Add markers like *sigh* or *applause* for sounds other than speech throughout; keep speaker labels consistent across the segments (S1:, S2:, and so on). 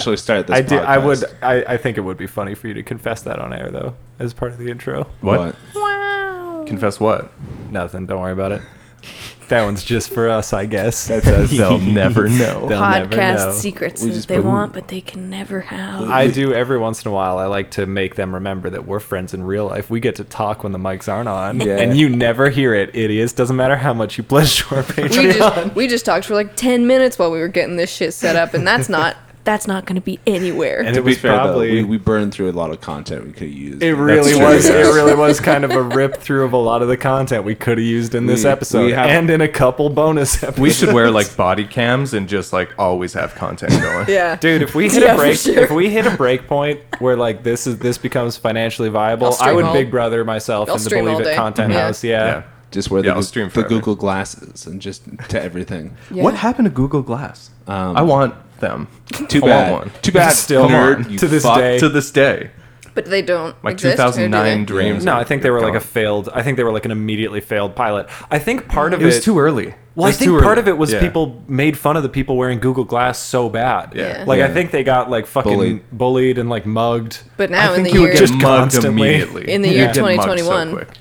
S1: actually started this.
S2: I do. I would.
S1: podcast.
S2: I, I think it would be funny for you to confess that on air, though, as part of the intro.
S1: What?
S3: Confess what?
S2: Nothing. Don't worry about it. That one's just for us, I guess.
S1: That's us.
S2: *laughs*
S3: They'll never know.
S2: They'll never know.
S4: podcast secrets
S1: We
S4: that
S1: just
S4: they
S1: put-
S4: want but they can never have.
S2: I do every once in a while. I like to make them remember that we're friends in real life. We get to talk when the mics aren't on,
S1: Yeah.
S2: and you never hear it. Idiots. Doesn't matter how much you pledge to our Patreon.
S4: we just we just talked for like ten minutes while we were getting this shit set up, and that's not that's not going to be anywhere.
S2: And
S1: To
S2: it
S1: be
S2: was
S1: fair,
S2: probably.
S1: though, we, we burned through a lot of content we could have used.
S2: it
S1: That's
S2: really
S1: true,
S2: was.
S1: yeah.
S2: It really
S3: *laughs*
S2: was kind of a rip through of a lot of the content we could have used in this
S1: We-
S2: episode
S1: we have-
S2: and in a couple bonus episodes.
S3: *laughs* We should wear like body cams and just like always have content going. *laughs*
S4: yeah,
S2: Dude, if we hit
S4: Yeah,
S2: a
S4: for
S2: break,
S4: sure.
S2: if we hit a break point where like this is this becomes financially viable,
S4: I'll
S2: I
S4: stream
S2: would
S4: all-
S2: Big Brother myself
S4: I'll
S2: in the
S4: stream
S2: Believe
S4: all
S2: It
S4: day.
S2: content
S4: Yeah.
S2: house. Yeah.
S3: Yeah.
S1: Just wear
S3: Yeah,
S1: the,
S3: I'll
S1: Goo-
S3: stream
S1: the
S3: forever.
S1: Google glasses and just to everything.
S4: Yeah.
S3: What happened to Google Glass? I want them.
S1: Too
S3: I want
S1: bad.
S3: one.
S1: Too bad.
S2: *laughs* Still
S1: nerd,
S2: on.
S1: you
S2: To this
S1: fuck.
S2: day.
S3: To this day,
S4: but they don't.
S3: my
S4: exist, or do
S3: 2009
S4: they?
S3: dreams.
S2: No,
S3: are-
S2: I think they were like
S3: gone.
S2: a failed. I think they were like an immediately failed pilot. I think part of
S3: It
S2: it,
S3: was too early.
S2: Well, I
S3: was too
S2: think part
S3: early.
S2: of it was
S3: Yeah. *laughs*
S2: people made fun of the people wearing Google Glass so bad.
S3: Yeah.
S2: Like I
S1: Yeah.
S2: think they got like fucking
S1: Bullied.
S2: bullied, and like mugged.
S4: But now
S3: I
S4: in
S3: think
S4: the
S3: you
S4: year,
S3: would get
S2: Just
S3: mugged
S2: constantly.
S3: immediately.
S4: In the
S3: You'd
S4: year
S3: get mugged so
S4: 2021.
S3: quick.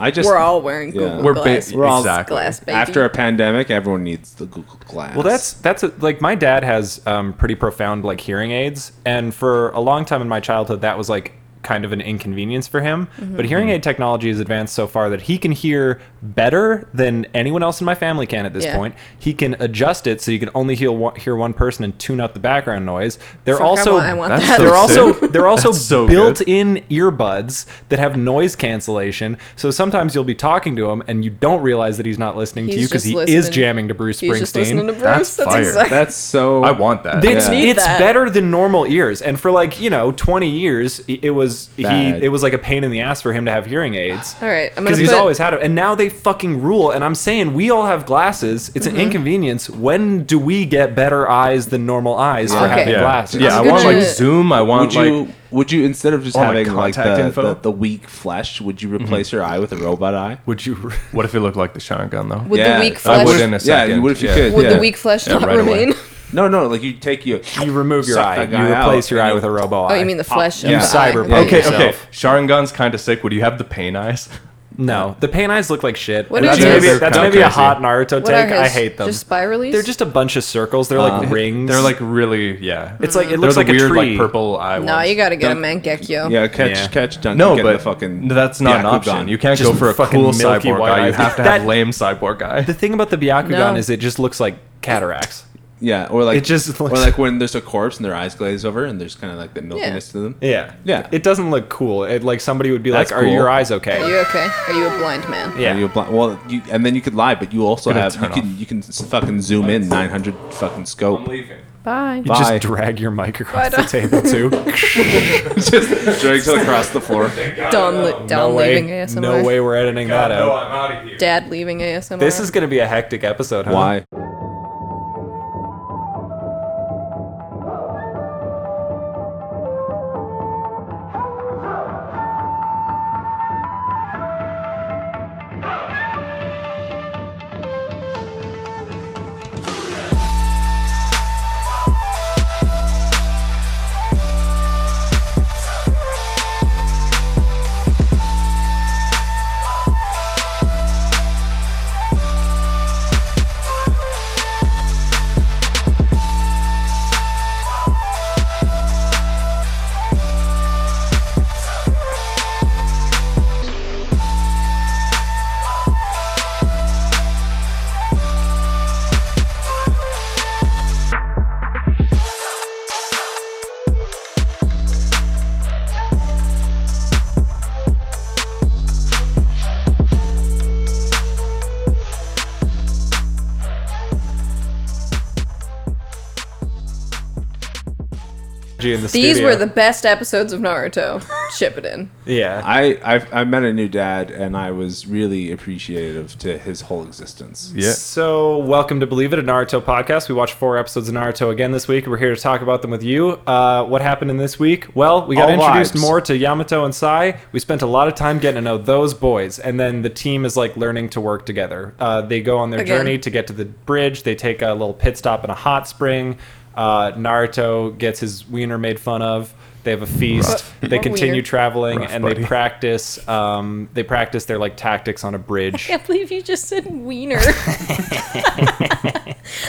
S1: I just
S4: we're all wearing Google
S3: We're ba-
S4: Glass.
S1: We're all-
S3: exactly.
S4: glass baby.
S1: after a pandemic, everyone needs the Google Glass.
S2: *laughs* Well, that's that's a, like my dad has um, pretty profound like hearing aids, and for a long time in my childhood, that was like kind of an inconvenience for him.
S4: Mm-hmm.
S2: But hearing
S3: Mm-hmm.
S2: aid technology is advanced so far that he can hear better than anyone else in my family can at this
S4: Yeah.
S2: point. He can adjust it so you can only hear one, hear one person and tune out the background noise. They're
S4: Fuck, I
S2: also
S4: want- I want
S3: That's
S4: that.
S3: so
S2: they're also
S3: sick.
S2: they're also
S3: That's so
S2: built
S3: good.
S2: in earbuds that have noise cancellation. So sometimes you'll be talking to him and you don't realize that he's not listening to
S4: He's
S2: you because
S4: just
S2: he is
S4: listening.
S2: jamming to Bruce
S4: He's just listening
S2: Springsteen.
S4: to Bruce.
S3: That's
S4: That's,
S3: fire.
S4: exactly. *laughs*
S1: that's so.
S3: I want that.
S2: It's,
S1: Yeah.
S4: need
S2: it's
S4: that.
S2: better than normal ears, and for like you know twenty years, i- it was
S1: Bad.
S2: he it was like a pain in the ass for him to have hearing aids.
S4: All right, I'm gonna
S2: because he's
S4: put-
S2: always had it, and now they fucking rule. And I'm saying we all have glasses. It's
S4: Mm-hmm.
S2: an inconvenience. When do we get better eyes than normal eyes for
S1: Okay.
S2: having
S3: yeah.
S2: glasses?
S3: Yeah, I
S4: I'm
S3: want
S4: gonna-
S3: like Zoom. I want
S1: Would you
S3: like
S1: would you instead of just
S3: all my
S1: having like
S3: contact
S1: the,
S3: info? Mm-hmm.
S1: the the weak flesh, would you replace your eye with a robot eye?
S4: *laughs*
S2: Would you?
S3: What if it looked like the shotgun though?
S4: Would
S1: Yeah,
S4: the weak
S1: I
S3: I
S4: flesh?
S3: would in a
S1: Yeah, you
S3: second.
S1: would if you could.
S4: would
S1: yeah.
S4: the weak flesh
S3: Yeah,
S4: not
S3: right away.
S4: remain?
S1: No, no, like you take your
S2: You remove your
S1: Suck
S2: eye.
S1: that guy
S2: You replace
S1: out.
S2: your eye with a robo
S4: Oh,
S2: eye.
S4: you mean the flesh?
S1: you
S4: of the
S2: cyberpunk.
S4: eye. I thought you
S3: Okay,
S4: said-
S3: okay. Sharingan's kind of sick. Would you have the pain *laughs* eyes?
S2: No, the pain eyes look like shit.
S4: What
S2: And
S4: are
S2: that's
S4: his?
S2: maybe, that's
S3: They're
S2: maybe a
S3: crazy.
S2: hot Naruto
S4: What are
S2: take. I
S4: his?
S2: hate them.
S4: Just spiralies?
S2: They're just a bunch of circles. They're
S1: Uh,
S2: like rings.
S3: They're like really yeah.
S2: It's like- it
S3: They're
S2: looks
S3: the
S2: like a
S3: weird
S2: tree.
S3: like purple eye.
S4: No,
S3: ones.
S4: you gotta get a
S1: Don't-
S4: Mangekyo.
S1: yeah catch
S2: Yeah.
S1: catch dunk
S3: No,
S1: get
S3: but
S1: the fucking
S3: that's not an
S1: Byakugan.
S3: option. You can't
S2: Just
S3: go for a
S2: fucking
S3: cool
S2: milky
S3: cyborg
S2: white
S3: guy. You
S2: eyes.
S3: have to
S2: That-
S3: have lame cyborg guy.
S2: The
S3: *laughs*
S2: thing about the Byakugan
S4: No.
S2: is it just looks like cataracts.
S1: yeah, or like
S2: It just
S1: or
S2: looks-
S1: like when there's a corpse and their eyes glaze over and there's kind of like the milkiness to them.
S2: Yeah.
S1: Yeah.
S2: It doesn't look cool. It like somebody would be
S1: That's
S2: like, "Are
S1: cool.
S2: your eyes
S4: Are
S2: okay?"
S4: you okay? Are you a blind man?
S1: Yeah.
S2: Yeah.
S1: You apply, well, you, and then you could lie, but you also
S3: Gonna
S1: have you
S3: turn
S1: can,
S3: off.
S1: you can s- fucking zoom in 900 fucking scope.
S3: leaving.
S4: Bye.
S2: You just
S1: Bye.
S2: drag your mic across
S4: Why
S2: the
S4: not? *laughs*
S2: table too.
S1: *laughs* just drags it across the floor.
S4: Don, li-
S2: no
S4: Don
S2: way.
S4: leaving ASMR.
S2: No way we're editing that out.
S3: I'm out of here.
S4: Dad leaving ASMR.
S2: This is gonna be a hectic episode. Huh?
S1: Why?
S2: In the
S4: These
S2: studio.
S4: were the best episodes of Naruto.
S2: *laughs*
S4: Ship it in.
S2: yeah.
S1: I I've, I met a new dad, and I was really appreciative to his whole existence.
S3: Yeah. *laughs*
S2: So, welcome to Believe It, a Naruto podcast. We watched four episodes of Naruto again this week. We're here to talk about them with you. Uh, what happened in this week? Well, we got
S1: All
S2: introduced
S1: lives.
S2: more to Yamato and Sai. We spent a lot of time getting to know those boys, and then the team is like learning to work together. Uh, they go on their
S4: Again.
S2: journey to get to the bridge. They take a little pit stop in a hot spring. Uh, Naruto gets his wiener made fun of. They have a feast. They
S4: What
S2: continue
S4: wiener?
S2: traveling
S3: Rough,
S2: and they
S3: buddy.
S2: practice. Um, they practice their like tactics on a
S4: *laughs*
S2: bridge.
S4: can't believe you just said *laughs* wiener.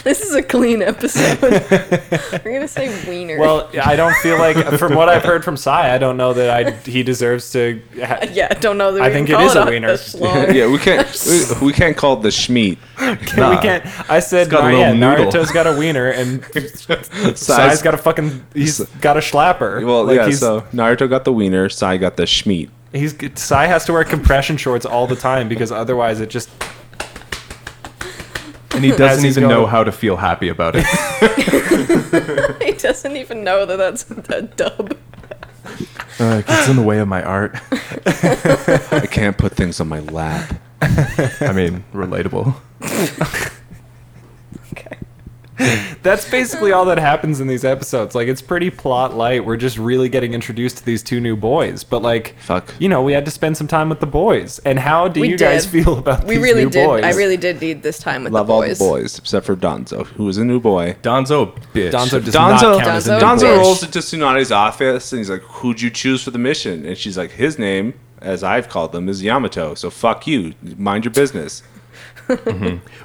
S4: this is a
S2: *laughs*
S4: clean episode. We're gonna say wiener.
S2: Well, I don't feel like, from what I've heard from Sai, I don't know that I he deserves to. Ha-
S4: yeah, don't know that.
S2: I
S4: we
S2: think
S4: can
S2: it
S4: call
S2: is a
S4: on
S2: wiener. *laughs*
S4: this
S1: *laughs*
S4: long.
S1: yeah, we can't we, we can't call it the schmeat.
S2: We can't. I said,
S3: got a
S2: "Nah,
S3: little
S2: yeah,
S3: noodle."
S2: Naruto's got a wiener,
S1: *laughs*
S2: and Sai's
S1: Sai's-
S2: got a fucking. He's got a schlapper.
S1: Well,
S2: Like,
S1: yeah.
S2: he's,
S1: So Naruto got the wiener, Sai got the schmeat.
S2: he's Sai has to wear compression shorts all the time because otherwise it just
S3: And he doesn't
S2: he's
S3: even
S2: going-
S3: know how to feel happy about *laughs* it.
S4: *laughs* He doesn't even know that that's a
S2: *laughs*
S4: dub.
S3: uh, it gets in the way of my art.
S1: I can't put things on my lap.
S3: *laughs* I mean, relatable.
S4: Okay.
S2: That's basically all that happens in these episodes. Like it's pretty plot light. We're just really getting introduced to these two new boys. But like,
S1: Fuck.
S2: you know, we had to spend some time with the boys. And how do
S4: We
S2: you guys
S4: did.
S2: feel about
S4: We
S2: these
S4: really
S2: new
S4: did.
S2: boys?
S4: I really did need this time with
S1: Love
S4: the
S1: all
S4: boys.
S1: the boys except for Donzo, who is a new boy.
S3: Donzo, bitch.
S2: Donzo does
S1: Donzo,
S2: not count as a
S4: Donzo-
S2: new
S4: Donzo
S2: boy.
S4: bitch.
S1: rolls into Tsunade's office and he's like, "Who'd you choose for the mission?" And she's like, "His name, as I've called them, is Yamato. So fuck you. Mind your business."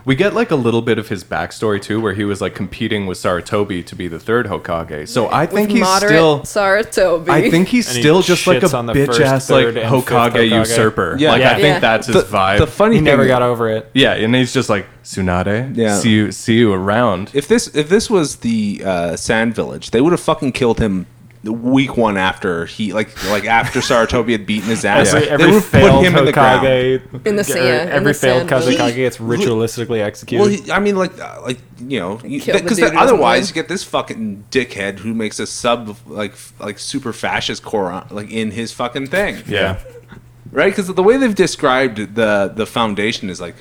S3: We get like a little bit of his backstory too, where he was like competing with Saratobi to be the third Hokage. So I
S4: With
S3: think he's
S4: moderate
S3: still.
S4: Saratobi.
S3: I think he's
S2: And he
S3: still just like a
S2: shits on the
S3: bitch
S2: first,
S3: ass like
S2: third, and fifth
S3: Hokage,
S2: Hokage.
S3: usurper.
S1: Yeah.
S3: like
S2: Yeah.
S3: I think
S4: Yeah.
S3: that's his
S1: the,
S3: vibe.
S1: the funny
S2: He never
S1: thing,
S2: got over it.
S3: yeah, and he's just like Tsunade.
S1: Yeah.
S3: See you. See you around.
S1: if this if this was the uh, Sand Village, they would have fucking killed him the week one after he like like
S2: *laughs*
S1: after Saratobi had beaten his ass.
S2: Every,
S1: They
S2: every
S1: would've
S2: failed
S1: in the ground.
S2: Hokage,
S4: In the
S2: or
S4: sand- in
S2: every
S4: the
S2: failed
S4: sand village.
S2: Kazakage gets ritualistically
S1: Well,
S2: executed.
S1: he, I mean, like, uh, like you know,
S4: killed the
S1: because
S4: dude who was
S1: otherwise
S4: blind.
S1: you get this fucking dickhead who makes a sub like f- like super fascist core like in his fucking thing,
S3: Yeah.
S1: right? Because the way they've described the the foundation is like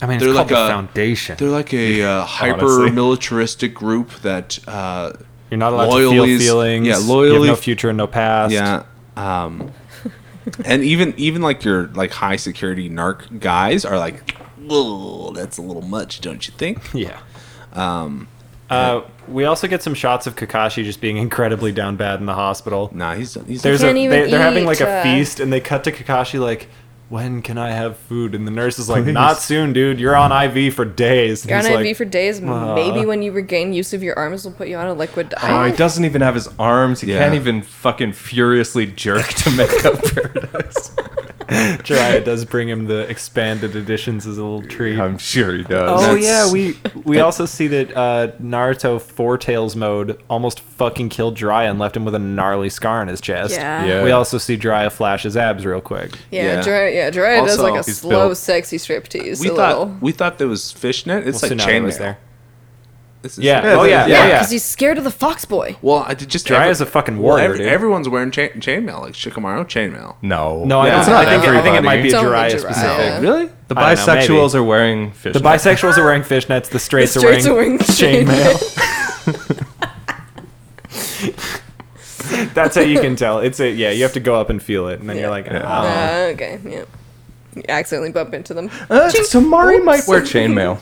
S2: I mean, it's
S1: they're
S2: called
S1: like
S2: the
S1: a-
S2: foundation.
S1: they're like a uh, hyper
S3: Honestly.
S1: militaristic group that uh,
S2: You're not allowed
S1: loyally
S2: to feel
S1: is-
S2: feelings.
S1: yeah,
S2: You have
S1: loyally
S2: no future and no past.
S1: Yeah. Um, and even even like your like high security narc guys are like, whoa, that's a little much, don't you think?
S2: Yeah. Um, uh, we also get some shots of Kakashi just being incredibly down bad in the hospital.
S1: Nah, he's he's
S2: There's a,
S4: can't
S2: they,
S4: even
S2: they're having like
S4: eat,
S2: a
S4: uh,
S2: feast, and they cut to Kakashi like, "When can I have food?" And the nurse is like, "Not soon, dude. You're on IV for days." And
S4: You're on
S2: he's
S4: IV
S2: like,
S4: for days.
S1: uh,
S2: "Aw."
S4: Maybe when you regain use of your arms, we'll put you on a liquid
S3: Oh, he
S4: diet.
S3: doesn't even have his arms. He
S1: Yeah.
S3: can't even fucking furiously jerk to make up paradise.
S2: Jiraiya does bring him the expanded editions as a little treat.
S3: *laughs* I'm sure he does.
S2: Oh
S1: That's-
S2: *laughs* yeah, we we also see that uh, Naruto Four Tails mode almost fucking killed Jiraiya and left him with a gnarly scar on his chest.
S4: Yeah.
S3: Yeah.
S2: We also see Jiraiya flash his abs real quick.
S4: yeah,
S1: Yeah.
S4: Jiraiya, yeah, Jiraiya does
S1: Also,
S4: like a
S3: he's
S4: slow,
S3: built.
S4: sexy striptease.
S1: we
S4: a
S1: thought
S4: little.
S1: we thought there was fishnet. It's
S2: Well,
S1: like
S2: Tsunade
S1: chain
S2: was
S1: there.
S2: Yeah. Oh yeah. Yeah.
S4: Yeah, because
S2: yeah.
S4: he's scared of the fox boy.
S1: Well, I did just
S2: Jiraiya's a fucking warrior,
S1: Well, ev-
S2: dude.
S1: Everyone's wearing chain chainmail, like Shikamaru chainmail.
S3: No.
S2: No, I,
S1: Yeah.
S2: don't,
S1: It's
S2: know.
S1: not
S2: I, think, I think it
S3: everybody.
S2: might be a
S4: It's only
S2: Jiraiya
S4: Jiraiya.
S2: specific.
S1: Really?
S3: The
S2: I don't know, maybe.
S3: bisexuals are wearing fish.
S2: The bisexuals are wearing fishnets. The straights,
S4: The straights
S2: are
S4: are
S2: wearing,
S4: wearing
S2: chainmail. *laughs* That's how you can tell. It's a yeah. You have to go up and feel it, and then
S4: Yeah.
S2: you're like,
S1: Uh-huh.
S3: Yeah.
S2: "Oh."
S4: Uh, okay, yeah. You accidentally bump into them.
S3: Uh,
S4: Chink.
S3: Tamari might
S4: Oops.
S3: wear chainmail.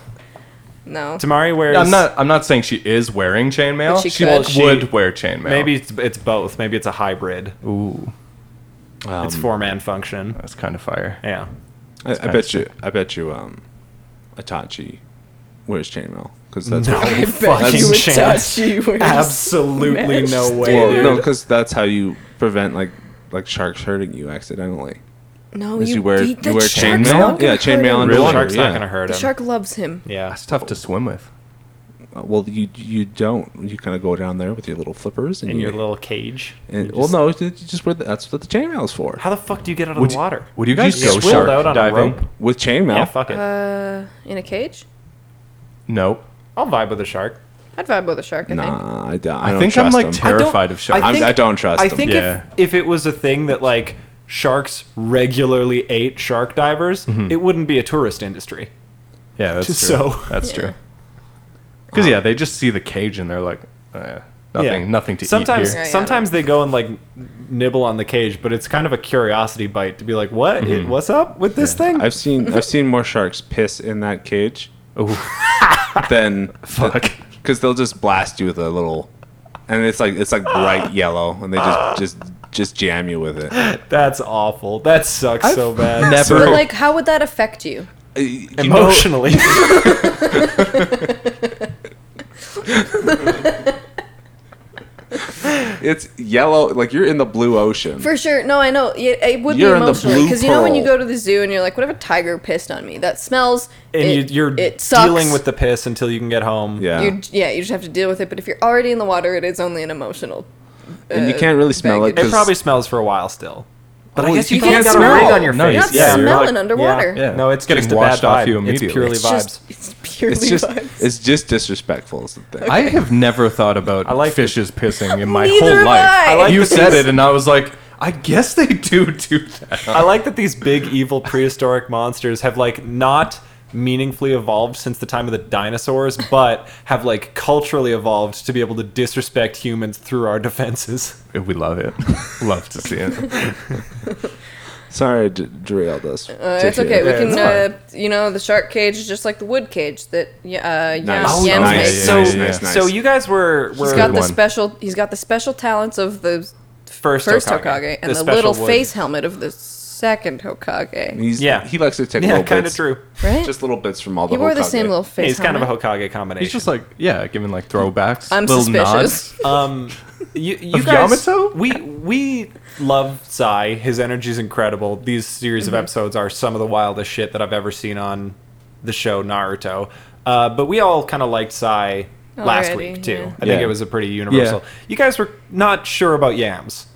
S4: No.
S2: Tamari wears.
S3: I'm not. I'm not saying she is wearing
S4: But
S3: chainmail.
S4: she
S3: She,
S4: could.
S3: would-
S2: She-
S3: would wear chainmail.
S2: Maybe it's, it's both. Maybe it's a hybrid.
S3: Ooh,
S1: Um,
S2: It's four man function.
S3: that's kind of fire.
S2: Yeah.
S1: I, I bet you. I bet you. Um, Itachi wears chainmail because that's
S2: No.
S1: what-
S4: *laughs* I bet
S1: Fucking
S4: you would
S2: chance.
S4: touch you. when you
S2: Absolutely no
S4: smashed.
S2: way.
S1: well, no,
S2: dude.
S1: because that's how you prevent like like sharks hurting you accidentally.
S4: No,
S1: Is
S4: you,
S1: you wear
S4: beat the
S1: you wear
S4: shark.
S1: chainmail. Yeah, chainmail and
S2: Really?
S1: water,
S2: Shark's
S1: yeah.
S2: not gonna hurt
S4: The
S2: him.
S4: shark loves him.
S2: Yeah.
S3: That's tough to swim with.
S1: Uh, Well, you you don't. You kind of go down there with your little flippers and
S2: In
S1: you,
S2: your little cage.
S1: And,
S2: You
S1: well,
S2: just-
S1: no, you just wear the, that's what the chainmail is for.
S2: How the fuck do you get out of
S3: Would
S2: the
S3: you-
S2: water?
S3: would you
S2: Did
S3: guys go
S2: swim
S3: shark
S2: out on a
S3: diving?
S2: rope?
S1: With chainmail,
S2: Yeah, fuck it.
S4: Uh, in a cage?
S3: Nope.
S2: I'll vibe with a shark.
S4: I'd vibe with a shark, I think.
S1: Nah, I don't. I,
S3: I,
S1: don't
S3: think I'm
S1: trust
S3: like
S1: them.
S3: terrified of sharks.
S1: I'm- I don't trust
S2: I
S1: them.
S2: think
S3: Yeah.
S2: if, if it was a thing that like sharks regularly ate shark divers, it wouldn't be a tourist industry.
S3: yeah, that's true.
S2: Just so.
S3: That's true. Because yeah, they just see the cage and they're like, eh, nothing, nothing to
S2: sometimes,
S3: eat here.
S4: Right, yeah,
S2: Sometimes they go and like nibble on the cage, but it's kind of a curiosity bite to be like, what?
S3: Mm-hmm.
S2: It- what's up with this thing?
S1: I've seen I've seen more sharks piss in that cage
S2: *laughs*
S3: Ooh,
S1: than
S3: fuck.
S1: because they'll just blast you with a little, and it's like it's like
S2: *gasps*
S1: bright yellow, and they just just just jam you with it.
S2: That's awful. That sucks so bad.
S3: Never.
S4: But
S3: *laughs*
S4: like, how would that affect you?
S1: Uh, you know-
S4: *laughs*
S2: Emotionally.
S1: It's yellow, like you're in the blue ocean.
S4: For sure. No, I know. It, it would
S1: You're
S4: be
S1: in the
S4: emotional
S1: blue
S4: because you know when you
S1: pearl.
S4: go to the zoo and you're like, "What if a tiger pissed on me? That smells."
S2: and
S4: it,
S2: you, you're
S4: it sucks.
S2: dealing with the piss until you can get home.
S1: yeah,
S4: You, yeah, you just have to deal with it. But if you're already in the water, it is only an emotional.
S1: and you
S4: uh,
S1: can't really smell it.
S4: baggage.
S2: It
S1: 'cause-
S2: probably smells for a while still. But I
S1: Oh,
S2: guess
S1: you
S2: you, probably
S4: can't
S2: got a
S4: smell.
S2: rig on your
S3: No,
S2: face.
S3: you
S4: You're not
S3: Yeah, you're
S4: smelling
S2: like-
S4: underwater.
S2: Yeah. No, it's
S3: Getting
S2: just a
S3: washed
S2: bad
S3: off
S2: vibe.
S3: you
S2: It's
S3: immediately.
S2: purely
S4: It's
S2: vibes.
S4: just it's purely
S1: It's just
S4: vibes.
S1: it's just disrespectful. Is the thing.
S3: I have never thought about
S2: I like
S3: fishes pissing in my
S4: Neither
S3: whole
S4: have
S3: life.
S4: I. I
S2: like
S3: you
S2: that
S3: said
S2: these-
S3: it, and I was like, I guess they do do that. *laughs*
S2: I like that these big evil prehistoric monsters have like not meaningfully evolved since the time of the dinosaurs, but have like culturally evolved to be able to disrespect humans through our defenses.
S3: We love it. *laughs* love to see it.
S1: Sorry, I d- derailed us.
S4: Uh, it's okay. We
S2: Yeah,
S4: can,
S2: it's
S4: uh, you know, the shark cage is just like the wood cage that y- uh, Yam,
S1: Nice. Oh,
S4: Yam
S1: nice.
S4: makes.
S1: Yeah, yeah, yeah. Nice, nice.
S2: so you guys were were
S4: He's got the
S3: one.
S4: special. He's got the special talents of the
S2: first,
S4: first
S2: Hokage,
S4: Hokage, and the,
S2: special
S4: little
S2: wood.
S4: face helmet of the second Hokage.
S1: He's,
S2: Yeah.
S1: he likes to take
S2: Yeah,
S1: little
S2: kind of
S1: bits.
S2: true.
S4: Right?
S1: Just little bits from all the.
S4: he wore the
S1: Hokage.
S4: same little
S2: Yeah,
S4: face.
S2: he's kind of a
S4: helmet.
S2: Hokage combination.
S3: He's just like, yeah, giving like throwbacks.
S4: I'm
S3: little
S4: suspicious.
S3: nods.
S2: Um, you, you
S3: Of
S2: guys,
S3: Yamato?
S2: we we love Sai. His energy is incredible. These series of episodes are some of the wildest shit that I've ever seen on the show Naruto. Uh, but we all kind of liked Sai last
S4: Already,
S2: week too.
S4: yeah.
S2: I
S1: Yeah.
S2: think it was a pretty universal.
S3: Yeah.
S2: You guys were not sure about yams,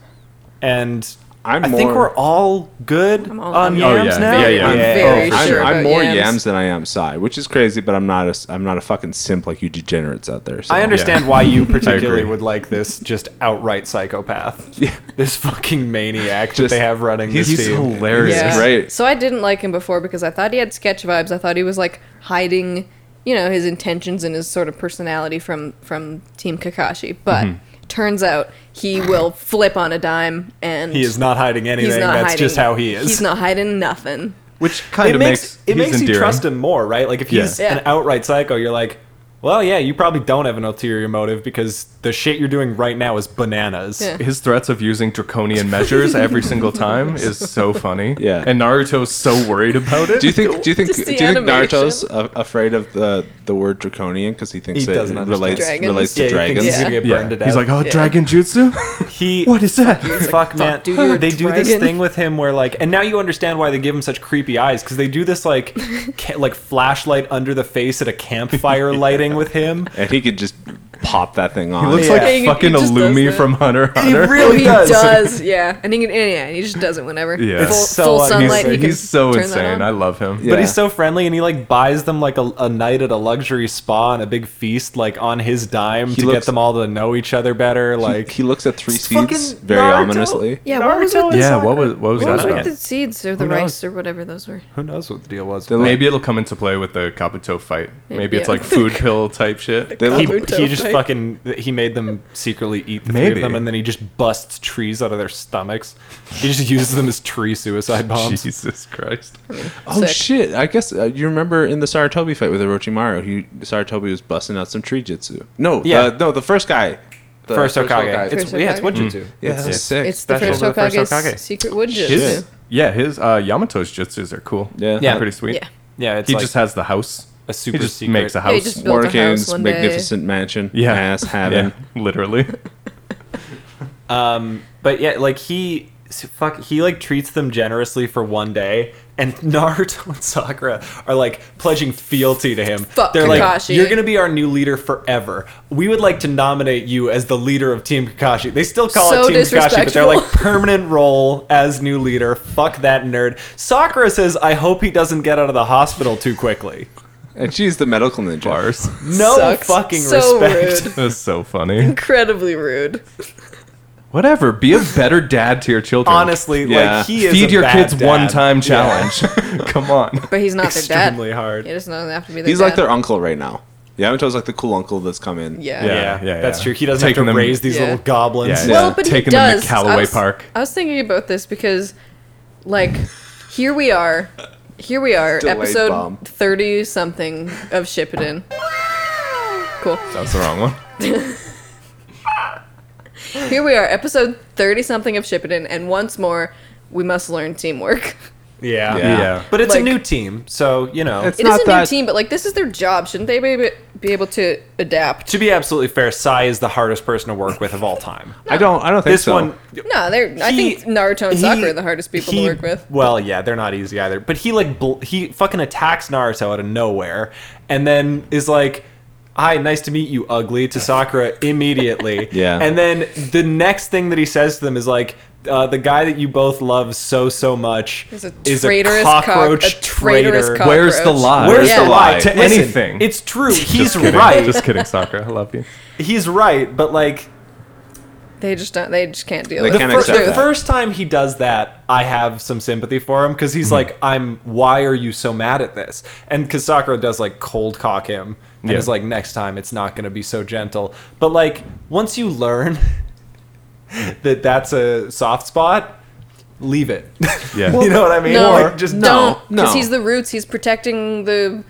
S2: and
S1: I'm
S2: I think
S1: more-
S2: we're all good
S4: I'm all
S2: on
S4: good.
S3: Oh,
S2: yams
S3: yeah.
S2: now.
S3: Yeah, yeah.
S4: I'm very
S3: for
S1: I'm,
S4: sure.
S1: I'm
S4: about
S1: more
S4: yams.
S1: yams. than I am Psy, which is crazy, but I'm not a s- I'm not a fucking simp like you degenerates out there. So.
S2: I understand why you particularly
S3: agree.
S2: would like this just outright psychopath.
S1: Yeah.
S2: This fucking maniac that
S1: Just-
S2: they have running this
S1: he's-
S3: He's
S1: Steve.
S2: team.
S3: hilarious.
S1: Yeah. Right.
S4: So I didn't like him before because I thought he had sketch vibes. I thought he was like hiding, you know, his intentions and his sort of personality from from Team Kakashi. But
S3: Mm-hmm.
S4: turns out he will flip on a dime, and
S2: He is not hiding anything.
S4: he's not
S2: That's
S4: hiding-
S2: just how he is.
S4: He's not hiding nothing.
S3: Which kind
S2: it
S3: of
S2: makes,
S3: makes,
S2: it
S3: he's
S2: makes you
S3: endearing.
S2: trust him more, right? Like if he's
S4: Yeah.
S2: an outright psycho, you're like, well, yeah, you probably don't have an ulterior motive because the shit you're doing right now is bananas.
S4: Yeah.
S3: His threats of using draconian measures every single
S4: *laughs*
S3: time is so funny.
S1: Yeah.
S3: And Naruto's so worried about it.
S1: Do you think? Do you think?
S4: Just
S1: Do you
S4: the
S1: think
S4: animation.
S1: Naruto's a- afraid of the the word draconian because he thinks
S2: He
S1: it
S2: doesn't understand.
S1: relates
S4: Dragons.
S1: relates to
S2: Yeah, he thinks
S1: dragons?
S2: he's gonna get burned to death.
S3: He's like, oh,
S4: Yeah.
S3: dragon jutsu?
S2: he
S3: what is that?
S2: fuck man
S4: dude, you're a
S2: they do this
S4: dragon.
S2: thing with him where like and now you understand why they give him such creepy eyes because they do this
S4: *laughs*
S2: like ca- like flashlight under the face at a
S3: *laughs*
S2: campfire lighting with him
S1: And he could just pop that thing on.
S3: He looks
S2: Yeah.
S3: like
S2: He-
S4: he
S3: fucking
S4: just does
S3: Illumi
S4: that.
S3: from Hunter x Hunter.
S2: *laughs* really
S4: he
S2: does.
S4: does. yeah. And he can, yeah, and he just does it whenever.
S3: Yeah.
S4: Full,
S2: It's so
S4: full
S2: un-
S4: sunlight.
S3: He's,
S4: he can
S3: he's so
S4: turn that on.
S3: insane. I love him.
S1: Yeah.
S2: but he's so friendly and he like buys them like a, a night at a luxury spa and a big feast like on his dime to get
S1: looks-
S2: them all to know each other better
S1: He,
S2: like
S1: he looks at three
S2: It's fucking
S1: seeds very
S2: Naruto.
S1: ominously.
S4: yeah, what
S2: Naruto
S4: was with
S2: and
S4: the,
S3: Yeah,
S2: Sakura.
S3: what was what was
S4: what
S3: that
S4: was
S3: about?
S4: with the seeds or the
S2: Who
S4: rice
S2: knows?
S4: or whatever those were?
S2: who knows what the deal was
S1: They
S3: Maybe it'll come into play with the Kabuto fight. Maybe it's
S4: Yeah.
S3: like food pill type shit.
S1: They
S2: he,
S1: look,
S4: Naruto
S2: he just
S4: fight.
S2: fucking he made them secretly eat the three of
S3: Maybe.
S2: them and then he just busts trees out of their stomachs he just uses them as tree
S3: *laughs*
S2: suicide bombs
S3: Jesus Christ.
S1: oh
S4: Sick.
S1: shit! I guess uh, you remember in the Saratobi fight with Orochimaru, he Saratobi was busting out some tree jutsu. No,
S2: Yeah.
S1: the, no, the first guy, the
S2: first Hokage. It's,
S4: First
S2: yeah, it's
S4: Hokage.
S2: Wojutsu.
S1: Mm-hmm. yeah, that was sick.
S4: It's the
S2: Special
S4: first
S2: for the first
S4: Hokage's
S2: Hokage.
S4: secret wood jutsu.
S3: His, yeah, his uh, Yamato's jutsus are cool.
S1: Yeah.
S2: Yeah.
S3: pretty sweet.
S4: Yeah.
S2: Yeah, it's
S3: he
S2: like
S3: just has the house.
S2: a super
S3: he just
S2: secret.
S3: makes a
S4: Yeah,
S3: house.
S4: he just built a house
S1: Morgan's
S4: one day.
S1: magnificent mansion.
S3: yeah, *laughs*
S2: *laughs*
S1: ass having.
S3: Yeah, literally.
S2: But yeah, like he s- fuck he like treats them generously for one day and *laughs* Naruto and Sakura are like pledging fealty to him.
S4: Fuck
S2: They're like
S4: Kakashi.
S2: you're going to be our new leader forever. We would like to nominate you as the leader of Team Kakashi. They still call
S4: So
S2: it Team Kakashi, but they're like
S4: disrespectful. *laughs*
S2: permanent role as new leader. Fuck that nerd. Sakura says I hope he doesn't get out of the hospital too quickly.
S1: And she's the medical ninja.
S3: *laughs* *laughs* Bars.
S2: No
S4: Sucks.
S2: fucking
S4: So
S2: respect.
S4: rude.
S3: That's so funny.
S4: Incredibly rude.
S3: *laughs* Whatever. Be a better dad to your children.
S2: *laughs* Honestly,
S1: Yeah.
S2: like he is
S3: Feed
S2: a
S3: your
S2: bad
S3: kids
S2: dad.
S3: one time
S2: Yeah. *laughs*
S3: challenge. *laughs* Come on.
S4: But he's not their dad.
S2: Extremely hard.
S4: He doesn't have to be their
S1: He's
S4: dad.
S1: like their uncle right now. Yamato's like the cool uncle that's come in.
S4: Yeah.
S3: Yeah.
S2: Yeah, that's
S3: yeah.
S2: true. He doesn't
S3: Taking
S2: have to
S3: them-
S2: raise these
S4: Yeah.
S2: little goblins.
S3: Yeah.
S4: Well, but
S3: Taking
S4: he
S3: them to
S4: does.
S3: Callaway
S4: I was-
S3: Park.
S4: I was thinking about this because, like, here we are, here we are,
S1: Delayed
S4: episode
S1: bomb.
S4: thirty something of Shippuden, Cool.
S3: That's the wrong one.
S4: Here we are, episode 30 something of Shippuden, and once more, we must learn teamwork. *laughs*
S2: Yeah.
S1: Yeah.
S2: But it's
S4: Like-
S2: a new team, so you know.
S1: It's-
S4: It is
S1: not
S4: a new
S1: that-
S4: team, but like this is their job. Shouldn't they be, be able to adapt?
S2: to be absolutely fair, Sai is the hardest person to work with of all time.
S1: I don't. I don't think
S2: This
S1: so.
S2: one,
S4: No, they're. I
S2: he-
S4: think Naruto and
S2: he-
S4: Sakura are the hardest people
S2: he-
S4: to work with.
S2: Well, yeah, they're not easy either. But he like bl- he fucking attacks Naruto out of nowhere, and then is like, "Hi, nice to meet you, ugly," to Sakura immediately.
S1: Yeah.
S2: And then the next thing that he says to them is like. Uh, the guy that you both love so so much
S4: He's a
S2: is a
S4: traitorous cock-
S2: cockroach
S4: a traitorous
S2: traitor.
S4: cock-
S3: Where's the
S4: Cockroach.
S3: lie?
S2: Where's
S4: Yeah.
S2: the lie
S3: To
S2: to listen,
S3: anything.
S2: It's true. He's
S3: Just kidding.
S2: right.
S3: Just kidding, Sakura. I love you.
S2: He's right. But like
S4: They just don't. They just can't deal
S1: They
S4: with
S1: can't
S4: it.
S2: Fir-
S1: accept
S2: the
S1: that.
S2: first time he does that, I have some sympathy for him because he's
S1: Hmm.
S2: like, "I'm. Why are you so mad at this?" And because Sakura does like cold cock him and
S3: Yeah.
S2: is like, "Next time, it's not going to be so gentle." But like, once you learn *laughs* that that's a soft spot, leave it.
S1: *laughs*
S3: Yeah.
S2: *laughs* you know what I mean?
S4: No,
S2: Like, just
S4: don't.
S1: no, no.
S4: Because he's the roots. He's protecting the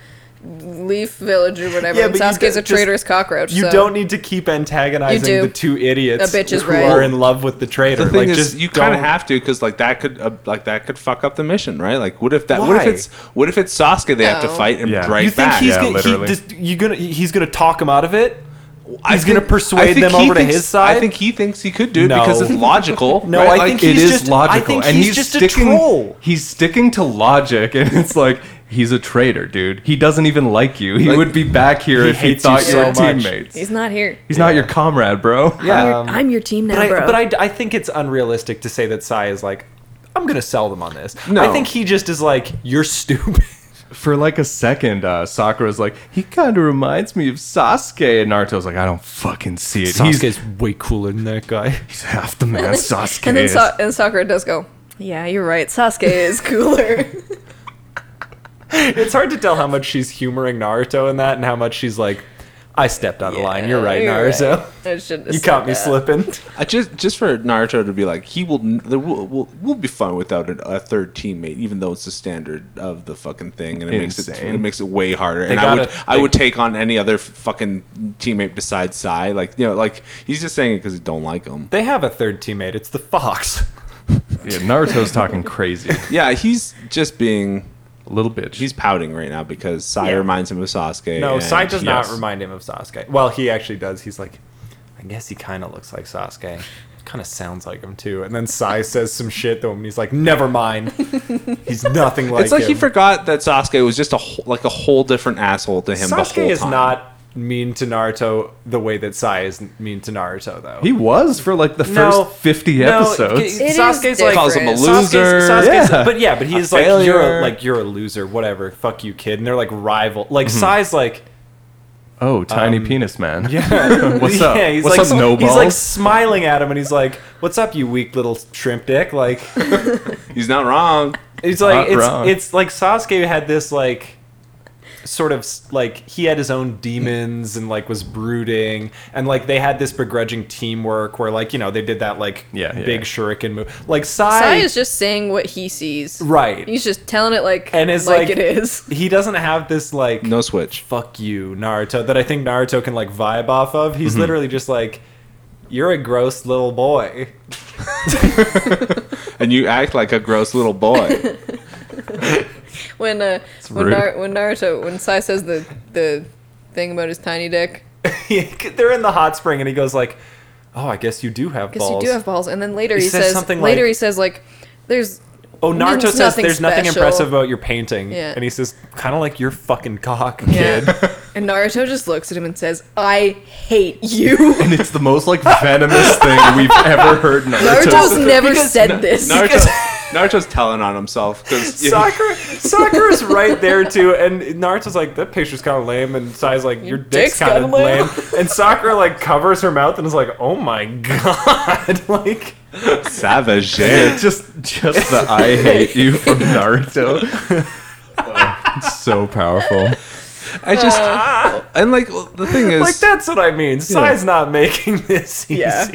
S4: Leaf Village or whatever.
S2: Yeah,
S4: and
S2: but you
S4: Sasuke's a
S2: don't- just-
S4: traitorous cockroach.
S2: You
S4: so.
S2: don't need to keep antagonizing
S4: You do.
S2: the two idiots
S4: A bitch is
S2: who
S4: right.
S2: are in love with the traitor.
S1: The thing
S2: like,
S1: is,
S2: just
S1: you kind of
S2: don't-
S1: have to because like that could uh, like that could fuck up the mission, right? Like, what if that? What if
S2: Why?
S1: it's what if it's Sasuke they have to
S4: No.
S1: fight and
S3: Yeah.
S1: break
S2: you think
S1: back?
S2: he's
S3: Yeah,
S2: gonna,
S3: literally.
S2: He, just, you gonna he's gonna talk him out of it?
S1: I
S2: he's gonna
S1: think-
S2: persuade
S1: I think
S2: them
S1: he
S2: over to
S1: thinks-
S2: his side?
S1: I think he thinks he could do it
S2: No.
S1: because it's logical.
S2: *laughs* No,
S1: right?
S2: I
S1: Like,
S2: think
S3: It
S2: He's
S3: is
S2: just- I
S3: logical,
S2: think
S3: and
S2: he's
S3: he's,
S2: just a
S3: sticking.
S2: troll.
S3: He's sticking to logic, and it's like he's a traitor, dude. He doesn't even like you. He
S1: Like,
S3: would be back here
S2: he
S3: if he
S2: hates you
S3: thought you
S2: so
S3: were
S2: much.
S3: teammates. He's,
S4: He's not here.
S3: not your comrade, bro.
S4: I'm, your,
S2: Um,
S4: I'm your team now,
S2: But,
S4: bro.
S2: I, but I, I think it's unrealistic to say that Sai is like, I'm gonna sell them on this.
S1: No.
S2: I think he just is like, you're
S1: *laughs*
S2: stupid.
S3: For like a second, uh, Sakura's like, he kind of reminds me of Sasuke, and Naruto's like, I don't fucking see it. He's,
S2: way cooler than that guy.
S3: he's half the man Sasuke
S4: *laughs* *laughs* and then
S3: is.
S4: Sa- and Sakura does go. Yeah, you're right.
S2: *laughs*
S4: Sasuke is cooler.
S2: *laughs* it's hard to tell how much she's humoring Naruto in that, and how much she's like, I stepped out of line. You're right, Naruto.
S4: I shouldn't
S2: *laughs*
S4: have
S2: You
S4: said
S2: caught me
S4: that.
S2: slipping.
S1: I just just for Naruto to be like, he will. n- there will will will be fun without an, a third teammate, even though it's the standard of the fucking thing, and it makes it
S3: Insane.
S1: it makes it way harder. and I
S2: gotta-
S1: would I
S2: they-
S1: would take on any other f- fucking teammate besides Sai. Like you know, like he's just saying it because he don't like him.
S2: They have a third teammate. It's the fox.
S3: Yeah,
S4: *laughs*
S3: Naruto's talking crazy.
S1: Yeah, he's just being
S3: Little bitch.
S1: he's pouting right now because Sai
S2: Yeah.
S1: reminds him of Sasuke.
S2: No,
S1: and
S2: Sai
S1: he's-
S2: does not remind him of Sasuke. Well, he actually does. He's like, I guess he kind of looks like Sasuke. Kind of sounds like him too. And
S1: *laughs*
S2: then Sai says some shit to him, and he's like, "Never mind. He's nothing like."
S1: *laughs* It's like he
S2: him."
S1: forgot that Sasuke was just a whole, like a whole different asshole to him. the
S2: Sasuke
S1: whole
S2: is
S1: time.
S2: not mean to Naruto the way that Sai is mean to Naruto, though.
S3: he was for like the
S2: No,
S3: first 50
S2: no,
S3: episodes.
S2: it-
S4: It is
S2: Sasuke's like-
S1: Calls him a
S4: different.
S1: loser.
S2: Sasuke's,
S3: Yeah.
S2: but yeah, but he's
S1: A
S2: like you're a,
S1: failure.
S2: like you're a loser, whatever. Fuck you, kid. And they're like rival. Like
S1: Mm-hmm.
S2: Sai's like
S3: Oh, tiny penis man.
S2: Um, Yeah.
S3: *laughs* What's up?
S2: Yeah, he's
S3: What's
S2: like,
S3: up, Snowballs?
S2: He's like smiling at him, and he's like, "What's up, you weak little shrimp dick?" Like,
S1: He's not wrong.
S2: it's like
S3: Not
S2: it's
S3: wrong.
S2: it's like Sasuke had this like sort of s- like he had his own demons and like was brooding and like they had this begrudging teamwork where like you know they did that like
S3: Yeah, yeah,
S2: big
S3: yeah.
S2: shuriken move like Sai,
S4: Sai is just saying what he sees.
S2: right
S4: He's just telling it like
S2: and it's
S4: like,
S2: like,
S4: it is. *laughs*
S2: he doesn't have this like
S1: No switch.
S2: fuck you Naruto that I think Naruto can like vibe off of he's
S3: Mm-hmm.
S2: literally just like you're a gross little boy
S1: And you act like a gross little
S2: *laughs*
S1: boy.
S4: When uh when,
S3: rude.
S4: Nar- when Naruto when Sai says the the thing about his tiny dick.
S2: *laughs* they're in the hot spring and he goes like oh i guess you do have
S4: Because
S2: balls
S4: you do have balls. And then later he,
S2: says
S4: says,
S2: something
S4: later
S2: like-
S4: he says like there's
S2: oh naruto
S4: It's
S2: says
S4: nothing
S2: there's nothing
S4: special."
S2: impressive about your painting
S4: Yeah.
S2: and he says kind of like your fucking cock
S4: yeah.
S2: kid
S4: *laughs* and Naruto just looks at him and says, I hate
S2: *laughs*
S4: you.
S3: and it's the most like venomous thing we've ever
S4: *laughs*
S3: heard.
S4: Naruto's
S3: Naruto.
S4: never
S2: because
S4: said
S2: Na-
S4: this.
S1: Naruto, *laughs* Naruto's telling on himself
S4: *laughs*
S1: because
S2: Sakura, Sakura's right there too, and Naruto's like, "That picture's kind of lame," and Sai's like, "Your dick's,
S4: dick's
S2: kind of
S4: kinda lame." *laughs*
S2: lame. and Sakura like covers her mouth and is like, "Oh my *laughs* god!" *laughs* like,
S1: savage.
S3: Yeah, just just the I hate you from
S4: *laughs*
S3: Naruto. *laughs* Oh, It's so powerful.
S1: I just
S4: Uh.
S1: and like the
S4: *laughs*
S1: thing is,
S2: like that's what I mean. Sai's not making this easy.
S4: Yeah.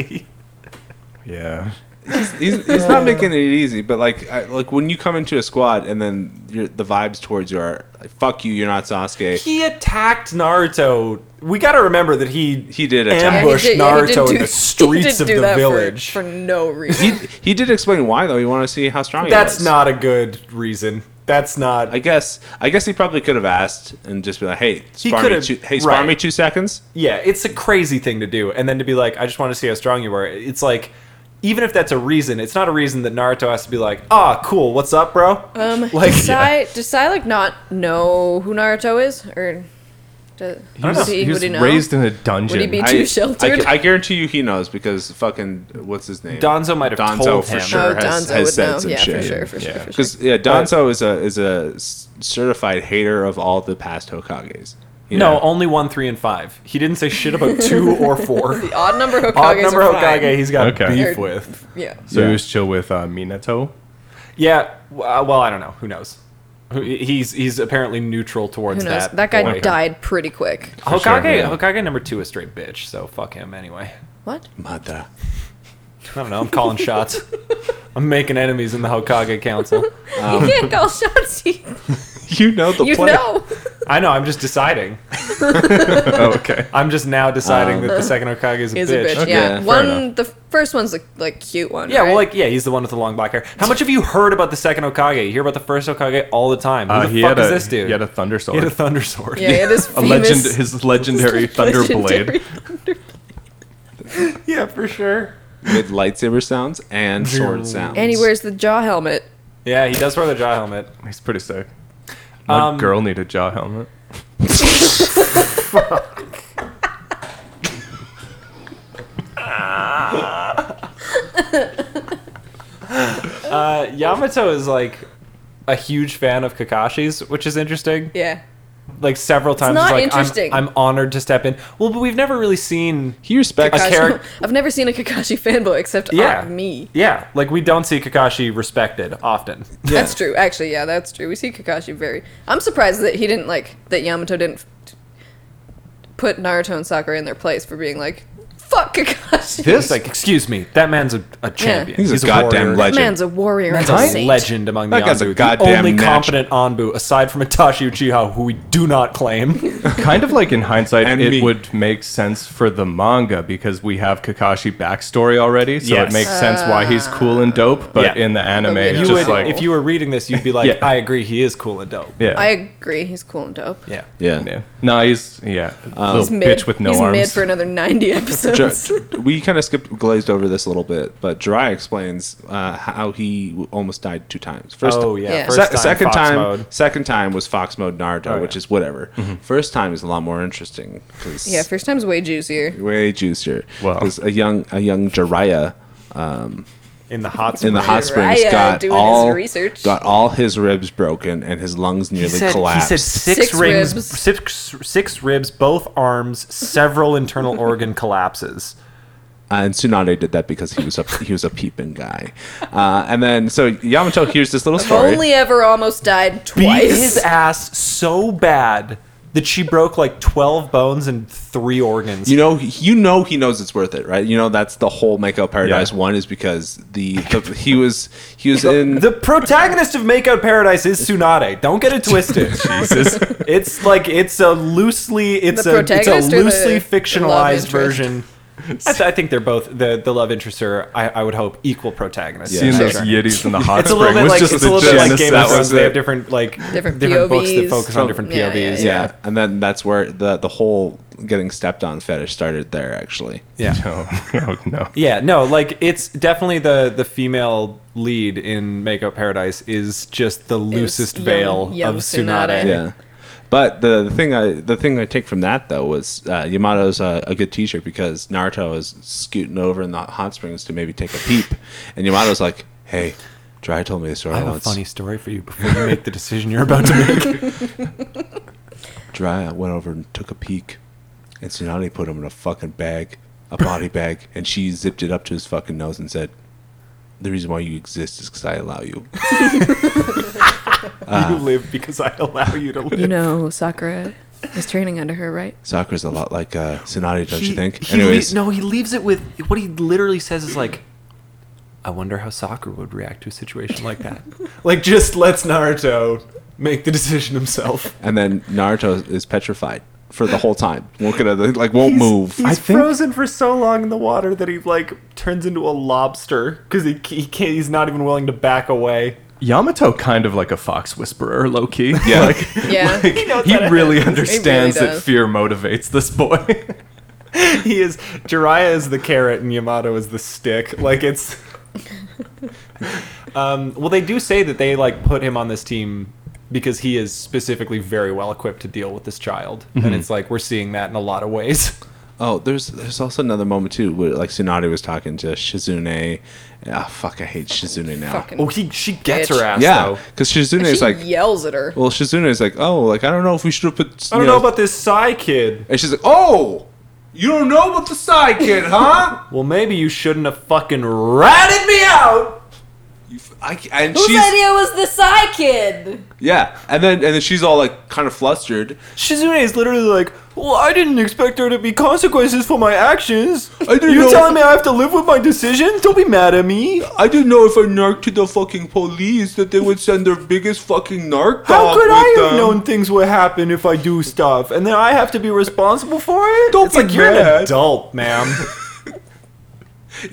S3: Yeah.
S1: he's, he's, he's not making it easy, but like I, like when you come into a squad and then you're, the vibes towards you are like, fuck you, you're not Sasuke.
S2: He attacked Naruto. We got to remember that he
S1: He did attack. Yeah, he
S2: ambush
S4: did- yeah, he
S2: Naruto
S4: did do-
S2: in
S4: he
S2: the
S4: did
S2: streets of
S4: do
S2: the
S4: that for-
S2: village.
S4: for, no reason.
S1: He he did explain why though. He wanted to see how strong.
S2: That's
S1: he was.
S2: not a good reason. That's not.
S1: I guess I guess he probably could have asked and just be like, hey, spar me
S2: could've-
S1: two, hey, spar
S2: right.
S1: me two seconds.
S2: yeah, it's a crazy thing to do. And then to be like, I just want to see how strong you are. It's like, even if that's a reason, it's not a reason that Naruto has to be like, ah, cool, what's up, bro?
S4: Um,
S2: like,
S4: does Sai, does Sai like not know who Naruto is, or does,
S3: He was,
S4: does he,
S3: he was
S4: would he know?
S3: raised in a dungeon.
S4: Would he be-
S1: I-
S4: Too
S1: I,
S4: sheltered.
S1: I, guarantee you he knows because fucking what's his name?
S2: Donzo might have
S1: Donzo
S2: told
S1: for
S2: him.
S1: sure
S4: oh,
S1: has,
S4: Donzo
S1: has
S4: would
S1: said
S4: know.
S1: some
S4: yeah,
S1: shit.
S4: for sure, for
S3: Yeah.
S4: sure, for sure.
S1: Because yeah, Donzo is a is a s- certified hater of all the past Hokages. you
S2: no, oh.
S1: know?
S2: only one, three, and five. He didn't say shit about two or
S4: *laughs*
S2: four.
S4: The odd number Hokages.
S2: Odd number
S4: are fine.
S2: Hokage he's got
S3: Okay.
S2: beef
S4: They're-
S2: with.
S4: Yeah.
S3: so
S1: Yeah.
S3: he was chill with
S2: *laughs*
S3: uh, Minato.
S2: Yeah, w- uh, well, I don't know. Who knows? Who- He's he's apparently neutral towards
S4: Who knows?
S2: that.
S4: That, guy
S2: boy.
S4: died pretty quick.
S2: Hokage,
S3: sure, yeah.
S2: Hokage number two is straight bitch, so fuck him anyway. *laughs*
S4: What?
S1: Mata.
S2: I don't know. I'm calling
S4: *laughs*
S2: shots. I'm making enemies in the Hokage Council.
S4: you can't *laughs* call shots. You,
S1: You know the
S4: you
S1: play.
S4: know.
S2: I know. I'm just deciding. *laughs*
S3: oh, okay.
S2: I'm just now deciding that the second Hokage
S4: *laughs*
S2: is a
S4: Is
S2: bitch.
S4: Uh, a bitch.
S1: Okay,
S4: yeah.
S1: fair
S4: One.
S1: enough.
S4: The first one's the like cute one.
S2: Yeah,
S4: right?
S2: well, like, yeah, he's the one with the long black hair. How much have you heard about the second Okage? You hear about the first Okage all the time. Who
S3: Uh,
S2: the
S3: he
S2: fuck
S3: had
S2: is
S3: a,
S2: this dude?
S3: He had a thunder sword.
S2: He had a thunder sword.
S4: Yeah, it is
S3: *laughs* a
S4: famous.
S3: legend, *laughs*
S4: *laughs*
S3: his legendary thunder blade.
S4: legendary-
S2: *laughs* Yeah, for sure.
S1: with lightsaber sounds and sword sounds.
S4: And he wears the jaw helmet.
S2: Yeah, he does wear the jaw helmet.
S3: He's pretty sick. My
S2: Um,
S3: girl need a jaw helmet.
S2: Uh, Yamato is like a huge fan of Kakashi's, which is interesting.
S4: Yeah.
S2: Like several times,
S4: not
S2: he's like, I'm-
S4: interesting.
S2: I'm honored to step in. Well, but we've never really seen
S1: he respects.
S2: A
S4: Gosh,
S2: charac-
S4: *laughs* I've never seen a Kakashi fanboy except
S2: Yeah.
S4: on me.
S2: Yeah, like we don't see Kakashi respected often.
S1: *laughs*
S4: That's true. Actually, yeah, that's true. We see Kakashi very. I'm surprised that he didn't like that Yamato didn't f- put Naruto and Sakura in their place for being like, "Fuck Kakashi."
S2: It's like, excuse me, that man's a, a champion.
S1: He's, a goddamn
S2: warrior.
S4: That
S1: legend.
S4: man's a warrior.
S2: Man's
S4: and a
S2: a
S4: saint.
S2: legend among the
S1: That guy's a
S2: Anbu. the
S1: goddamn
S2: only
S1: nat-
S2: competent Anbu, aside from Itachi Uchiha, who we do
S1: *laughs*
S2: not claim.
S3: kind of like in hindsight,
S1: And
S3: it
S1: me.
S3: would make sense for the manga because we have Kakashi backstory already, so
S2: Yes.
S3: it makes sense why he's cool and dope. But
S2: Yeah.
S3: in the anime,
S4: But we
S3: it's
S2: you
S4: don't.
S2: would,
S3: just like
S2: if you were reading this, you'd be like,
S3: Yeah.
S2: I agree, he is cool and dope.
S3: yeah,
S4: I agree. He's cool and dope.
S2: Yeah.
S1: *laughs* yeah.
S3: yeah. No, he's yeah,
S2: Um,
S4: He's
S3: little
S4: mid.
S3: Oh, bitch with no
S4: he's
S3: arms.
S4: mid for another 90
S1: Dra-
S4: episodes.
S1: we kind of skipped glazed over this a little bit, but Dry explains uh, how he w- almost died two times. First,
S2: Oh, yeah.
S4: Yeah.
S2: First
S1: se-
S2: time,
S1: second
S2: Fox
S1: time,
S2: Mode. Oh,
S1: second time was Fox Mode Naruto,
S2: yeah. Mm-hmm.
S1: which is whatever. First time is a lot more interesting because
S4: yeah, first time's way juicier.
S1: way juicier.
S3: Wow.
S1: because a young a young Jiraiya
S2: In the hot
S1: in the hot springs
S4: Jiraiya
S1: got
S4: doing his
S1: all
S4: research.
S1: got all his ribs broken and his lungs nearly collapsed.
S2: six,
S4: Six
S2: rings,
S4: ribs.
S2: Six, six ribs, both arms, several
S4: *laughs*
S2: internal organ collapses.
S1: Uh, and Tsunade did that because he was a he was a peeping guy. Uh, and then so Yamato hears this little story.
S4: Only ever almost died
S2: beat his
S4: twice.
S2: ass so bad that she broke like 12 bones and three organs.
S1: you know, you know, he knows it's worth it, right? You know, that's the whole Makeout Paradise
S3: Yeah.
S1: one is because the, the he was he was in
S2: the protagonist of Makeout Paradise is Tsunade. Don't get it
S4: *laughs*
S2: twisted. Jesus. It's like it's a loosely it's
S4: The
S2: a it's a
S4: protagonist or the-
S2: loosely
S4: the love
S2: fictionalized
S4: interest?
S2: version. I, th- I think they're both the, the love interests are I, I would hope equal protagonists.
S1: Yeah.
S3: Seeing
S1: Sure.
S3: those yiddies in the hot
S2: It's a little
S3: spring
S2: bit
S3: was
S2: like it's
S3: just
S2: a
S3: the
S2: little bit like
S3: genesis.
S2: Game
S1: that
S2: of
S3: that
S1: was
S2: Thrones. They have
S1: it.
S2: different like
S4: Different
S2: books that
S4: POVs.
S2: focus on
S1: So-
S2: different
S4: Yeah,
S2: POVs.
S4: yeah,
S1: yeah. and then that's where the the whole getting stepped on fetish started there. Actually,
S2: yeah.
S3: no, *laughs* no, no.
S2: *laughs* Yeah, no, like it's definitely the the female lead in Make Up Paradise is just the loosest
S4: young-
S2: veil
S4: young
S2: of
S4: Tsunade.
S2: Tsunade.
S1: yeah. *laughs* But the, the thing I the thing I take from that though was uh, Yamato's a, a good teacher because Naruto is scooting over in the hot springs to maybe take a peep, and Yamato's like, "Hey, Dry told me a story
S2: I have a
S1: once.
S2: funny story for you before you make the decision you're about to *laughs* make.
S1: Dry went over and took a peek, and Tsunade put him in a fucking bag, a
S2: *laughs*
S1: body bag, and she zipped it up to his fucking nose and said, "The reason why you exist is because I allow you."
S2: you live because I allow you to live.
S4: You know, Sakura is training under her, right?
S1: Sakura's a lot like uh, Tsunade, don't
S2: He-
S1: you think?
S2: he lea- no, he leaves it with what he literally says is like, I wonder how soccer would react to a situation like that. *laughs* like, just lets Naruto make the decision himself.
S1: And then Naruto is petrified for the whole time. Looking at the like won't move.
S2: He's
S1: I think
S2: frozen for so long in the water that he like turns into a lobster because he, he can't. He's not even willing to back away. *laughs*
S3: Yamato kind of like a fox whisperer, low key.
S1: Yeah.
S2: *laughs*
S3: *laughs* Like,
S4: Yeah.
S3: like,
S2: knows
S3: he
S2: that it *laughs*
S3: really
S2: happens.
S3: understands
S4: He really
S3: that
S4: does.
S3: fear motivates this boy.
S2: *laughs* He is Jiraiya is the carrot and Yamato is the stick. Like it's. um, well, they do say that they like put him on this team because he is specifically very well equipped to deal with this child, and it's like we're seeing that in a lot of ways.
S1: Oh, there's there's also another moment too where like Tsunade was talking to Shizune. Ah, fuck, I hate Shizune now.
S4: Fucking.
S2: Oh, he she gets
S4: Bitch.
S2: her ass
S1: yeah,
S2: though.
S1: because Shizune
S4: she
S1: is like,
S4: yells at her.
S1: well, Shizune is like, oh, like I don't know if we should have put.
S2: I don't know about this Psy kid.
S1: And she's like, oh, you don't know about the side kid, huh?
S2: Well, maybe you shouldn't have fucking ratted me out.
S1: You f- I c- and
S5: Whose
S1: she's
S5: idea was the Psy Kid?
S1: yeah, and then and then she's all like kind of flustered.
S2: Shizune is literally like, well, I didn't expect there to be consequences for my actions.
S1: I didn't know-
S2: me I have to live with my decisions? Don't be mad at me.
S1: I didn't know if I narked to the fucking police that they would send their biggest fucking narc
S2: How
S1: dog
S2: could
S1: with
S2: I have
S1: them.
S2: known things would happen if I do stuff, and then I have to be responsible for it?
S1: Don't be mad. *laughs*
S2: adult, ma'am.